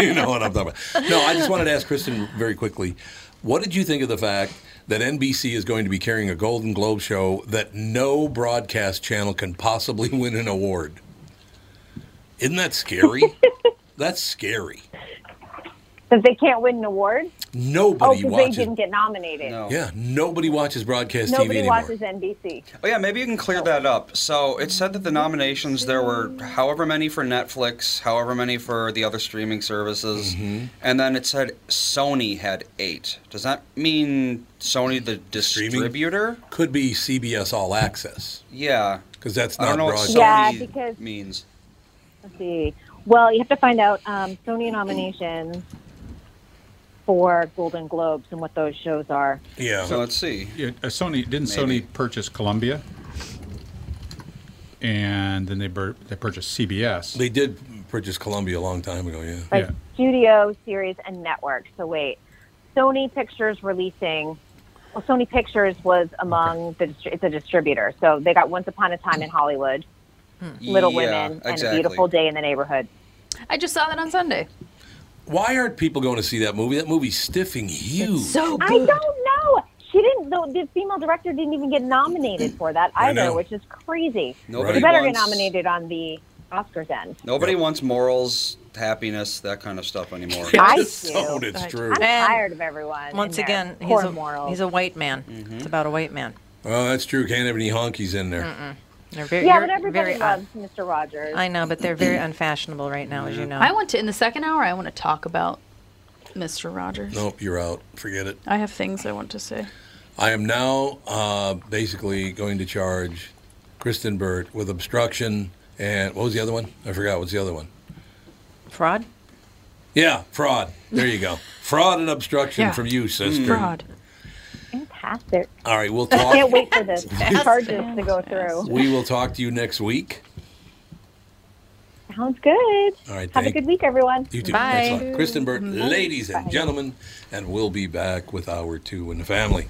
[SPEAKER 1] you know what I'm talking about. No, I just wanted to ask Kristen very quickly what did you think of the fact that NBC is going to be carrying a Golden Globe show that no broadcast channel can possibly win an award? Isn't that scary? That's scary.
[SPEAKER 8] That they can't win an award. oh,
[SPEAKER 1] Nobody
[SPEAKER 8] because they
[SPEAKER 1] watches.
[SPEAKER 8] didn't get nominated.
[SPEAKER 1] Yeah, nobody watches broadcast TV
[SPEAKER 8] Nobody
[SPEAKER 1] anymore.
[SPEAKER 8] watches NBC.
[SPEAKER 9] Oh yeah, maybe you can clear that up. So it said that the nominations there were however many for Netflix, however many for the other streaming services,
[SPEAKER 1] Mm-hmm.
[SPEAKER 9] and then it said Sony had eight. Does that mean Sony the distributor?
[SPEAKER 1] Could be CBS All Access.
[SPEAKER 9] Yeah,
[SPEAKER 1] because that's
[SPEAKER 9] I
[SPEAKER 1] not
[SPEAKER 9] don't know what
[SPEAKER 1] broadcast.
[SPEAKER 9] Sony
[SPEAKER 8] Yeah, because-
[SPEAKER 9] means.
[SPEAKER 8] Let's see. Well, you have to find out um, Sony nominations for Golden Globes and what those shows are.
[SPEAKER 1] Yeah.
[SPEAKER 9] So let's see.
[SPEAKER 2] Yeah, uh, Sony didn't
[SPEAKER 9] Maybe.
[SPEAKER 2] Sony purchase Columbia, and then they bur- they purchased CBS.
[SPEAKER 1] They did purchase Columbia a long time ago. Yeah.
[SPEAKER 8] Like studio, series, and network. So wait, Sony Pictures releasing. Well, Sony Pictures was among the distri- it's a distributor, so they got Once Upon a Time in Hollywood,
[SPEAKER 6] Hmm.
[SPEAKER 8] Little
[SPEAKER 1] Yeah,
[SPEAKER 8] Women, and A
[SPEAKER 1] exactly.
[SPEAKER 8] Beautiful Day in the Neighborhood.
[SPEAKER 6] I just saw that on Sunday.
[SPEAKER 1] Why aren't people going to see that movie? That movie's stiffing huge.
[SPEAKER 8] I don't know. She didn't. The, the female director didn't even get nominated for that
[SPEAKER 1] I
[SPEAKER 8] either,
[SPEAKER 1] know.
[SPEAKER 8] which is crazy.
[SPEAKER 9] Nobody
[SPEAKER 8] She better get
[SPEAKER 9] wants-
[SPEAKER 8] nominated on the Oscars end.
[SPEAKER 9] Nobody wants morals, happiness, that kind of stuff anymore.
[SPEAKER 8] I do. I'm
[SPEAKER 4] And
[SPEAKER 8] tired of everyone.
[SPEAKER 4] Once
[SPEAKER 8] and their
[SPEAKER 4] again,
[SPEAKER 8] poor
[SPEAKER 4] he's a,
[SPEAKER 8] morals.
[SPEAKER 4] he's a white man. It's about a white man.
[SPEAKER 1] Oh, that's true. Can't have any honkies in there.
[SPEAKER 4] Mm-mm. They're very,
[SPEAKER 8] yeah,
[SPEAKER 4] you're
[SPEAKER 8] but everybody
[SPEAKER 4] very
[SPEAKER 8] loves Mr. Rogers.
[SPEAKER 4] un- I know, but they're very unfashionable right now, as you know.
[SPEAKER 6] I want to in the second hour. I want to talk about Mr. Rogers.
[SPEAKER 1] Nope, you're out. Forget it.
[SPEAKER 6] I have things I want to say.
[SPEAKER 1] I am now uh, basically going to charge Kristen Burt with obstruction and what was the other one? I forgot. What's the other one?
[SPEAKER 4] Fraud?
[SPEAKER 1] Yeah, fraud. There you go. fraud and obstruction
[SPEAKER 4] Yeah.
[SPEAKER 1] from you, sister.
[SPEAKER 8] Fantastic.
[SPEAKER 1] All right, we'll
[SPEAKER 8] I
[SPEAKER 1] talk.
[SPEAKER 8] can't wait for the charges to go through.
[SPEAKER 1] We will talk to you next week.
[SPEAKER 8] Sounds good.
[SPEAKER 1] All right,
[SPEAKER 8] Have a
[SPEAKER 1] thank-
[SPEAKER 8] good week, everyone.
[SPEAKER 1] You too. Excellent. Kristen Burt, ladies and gentlemen, and we'll be back with hour two in the family.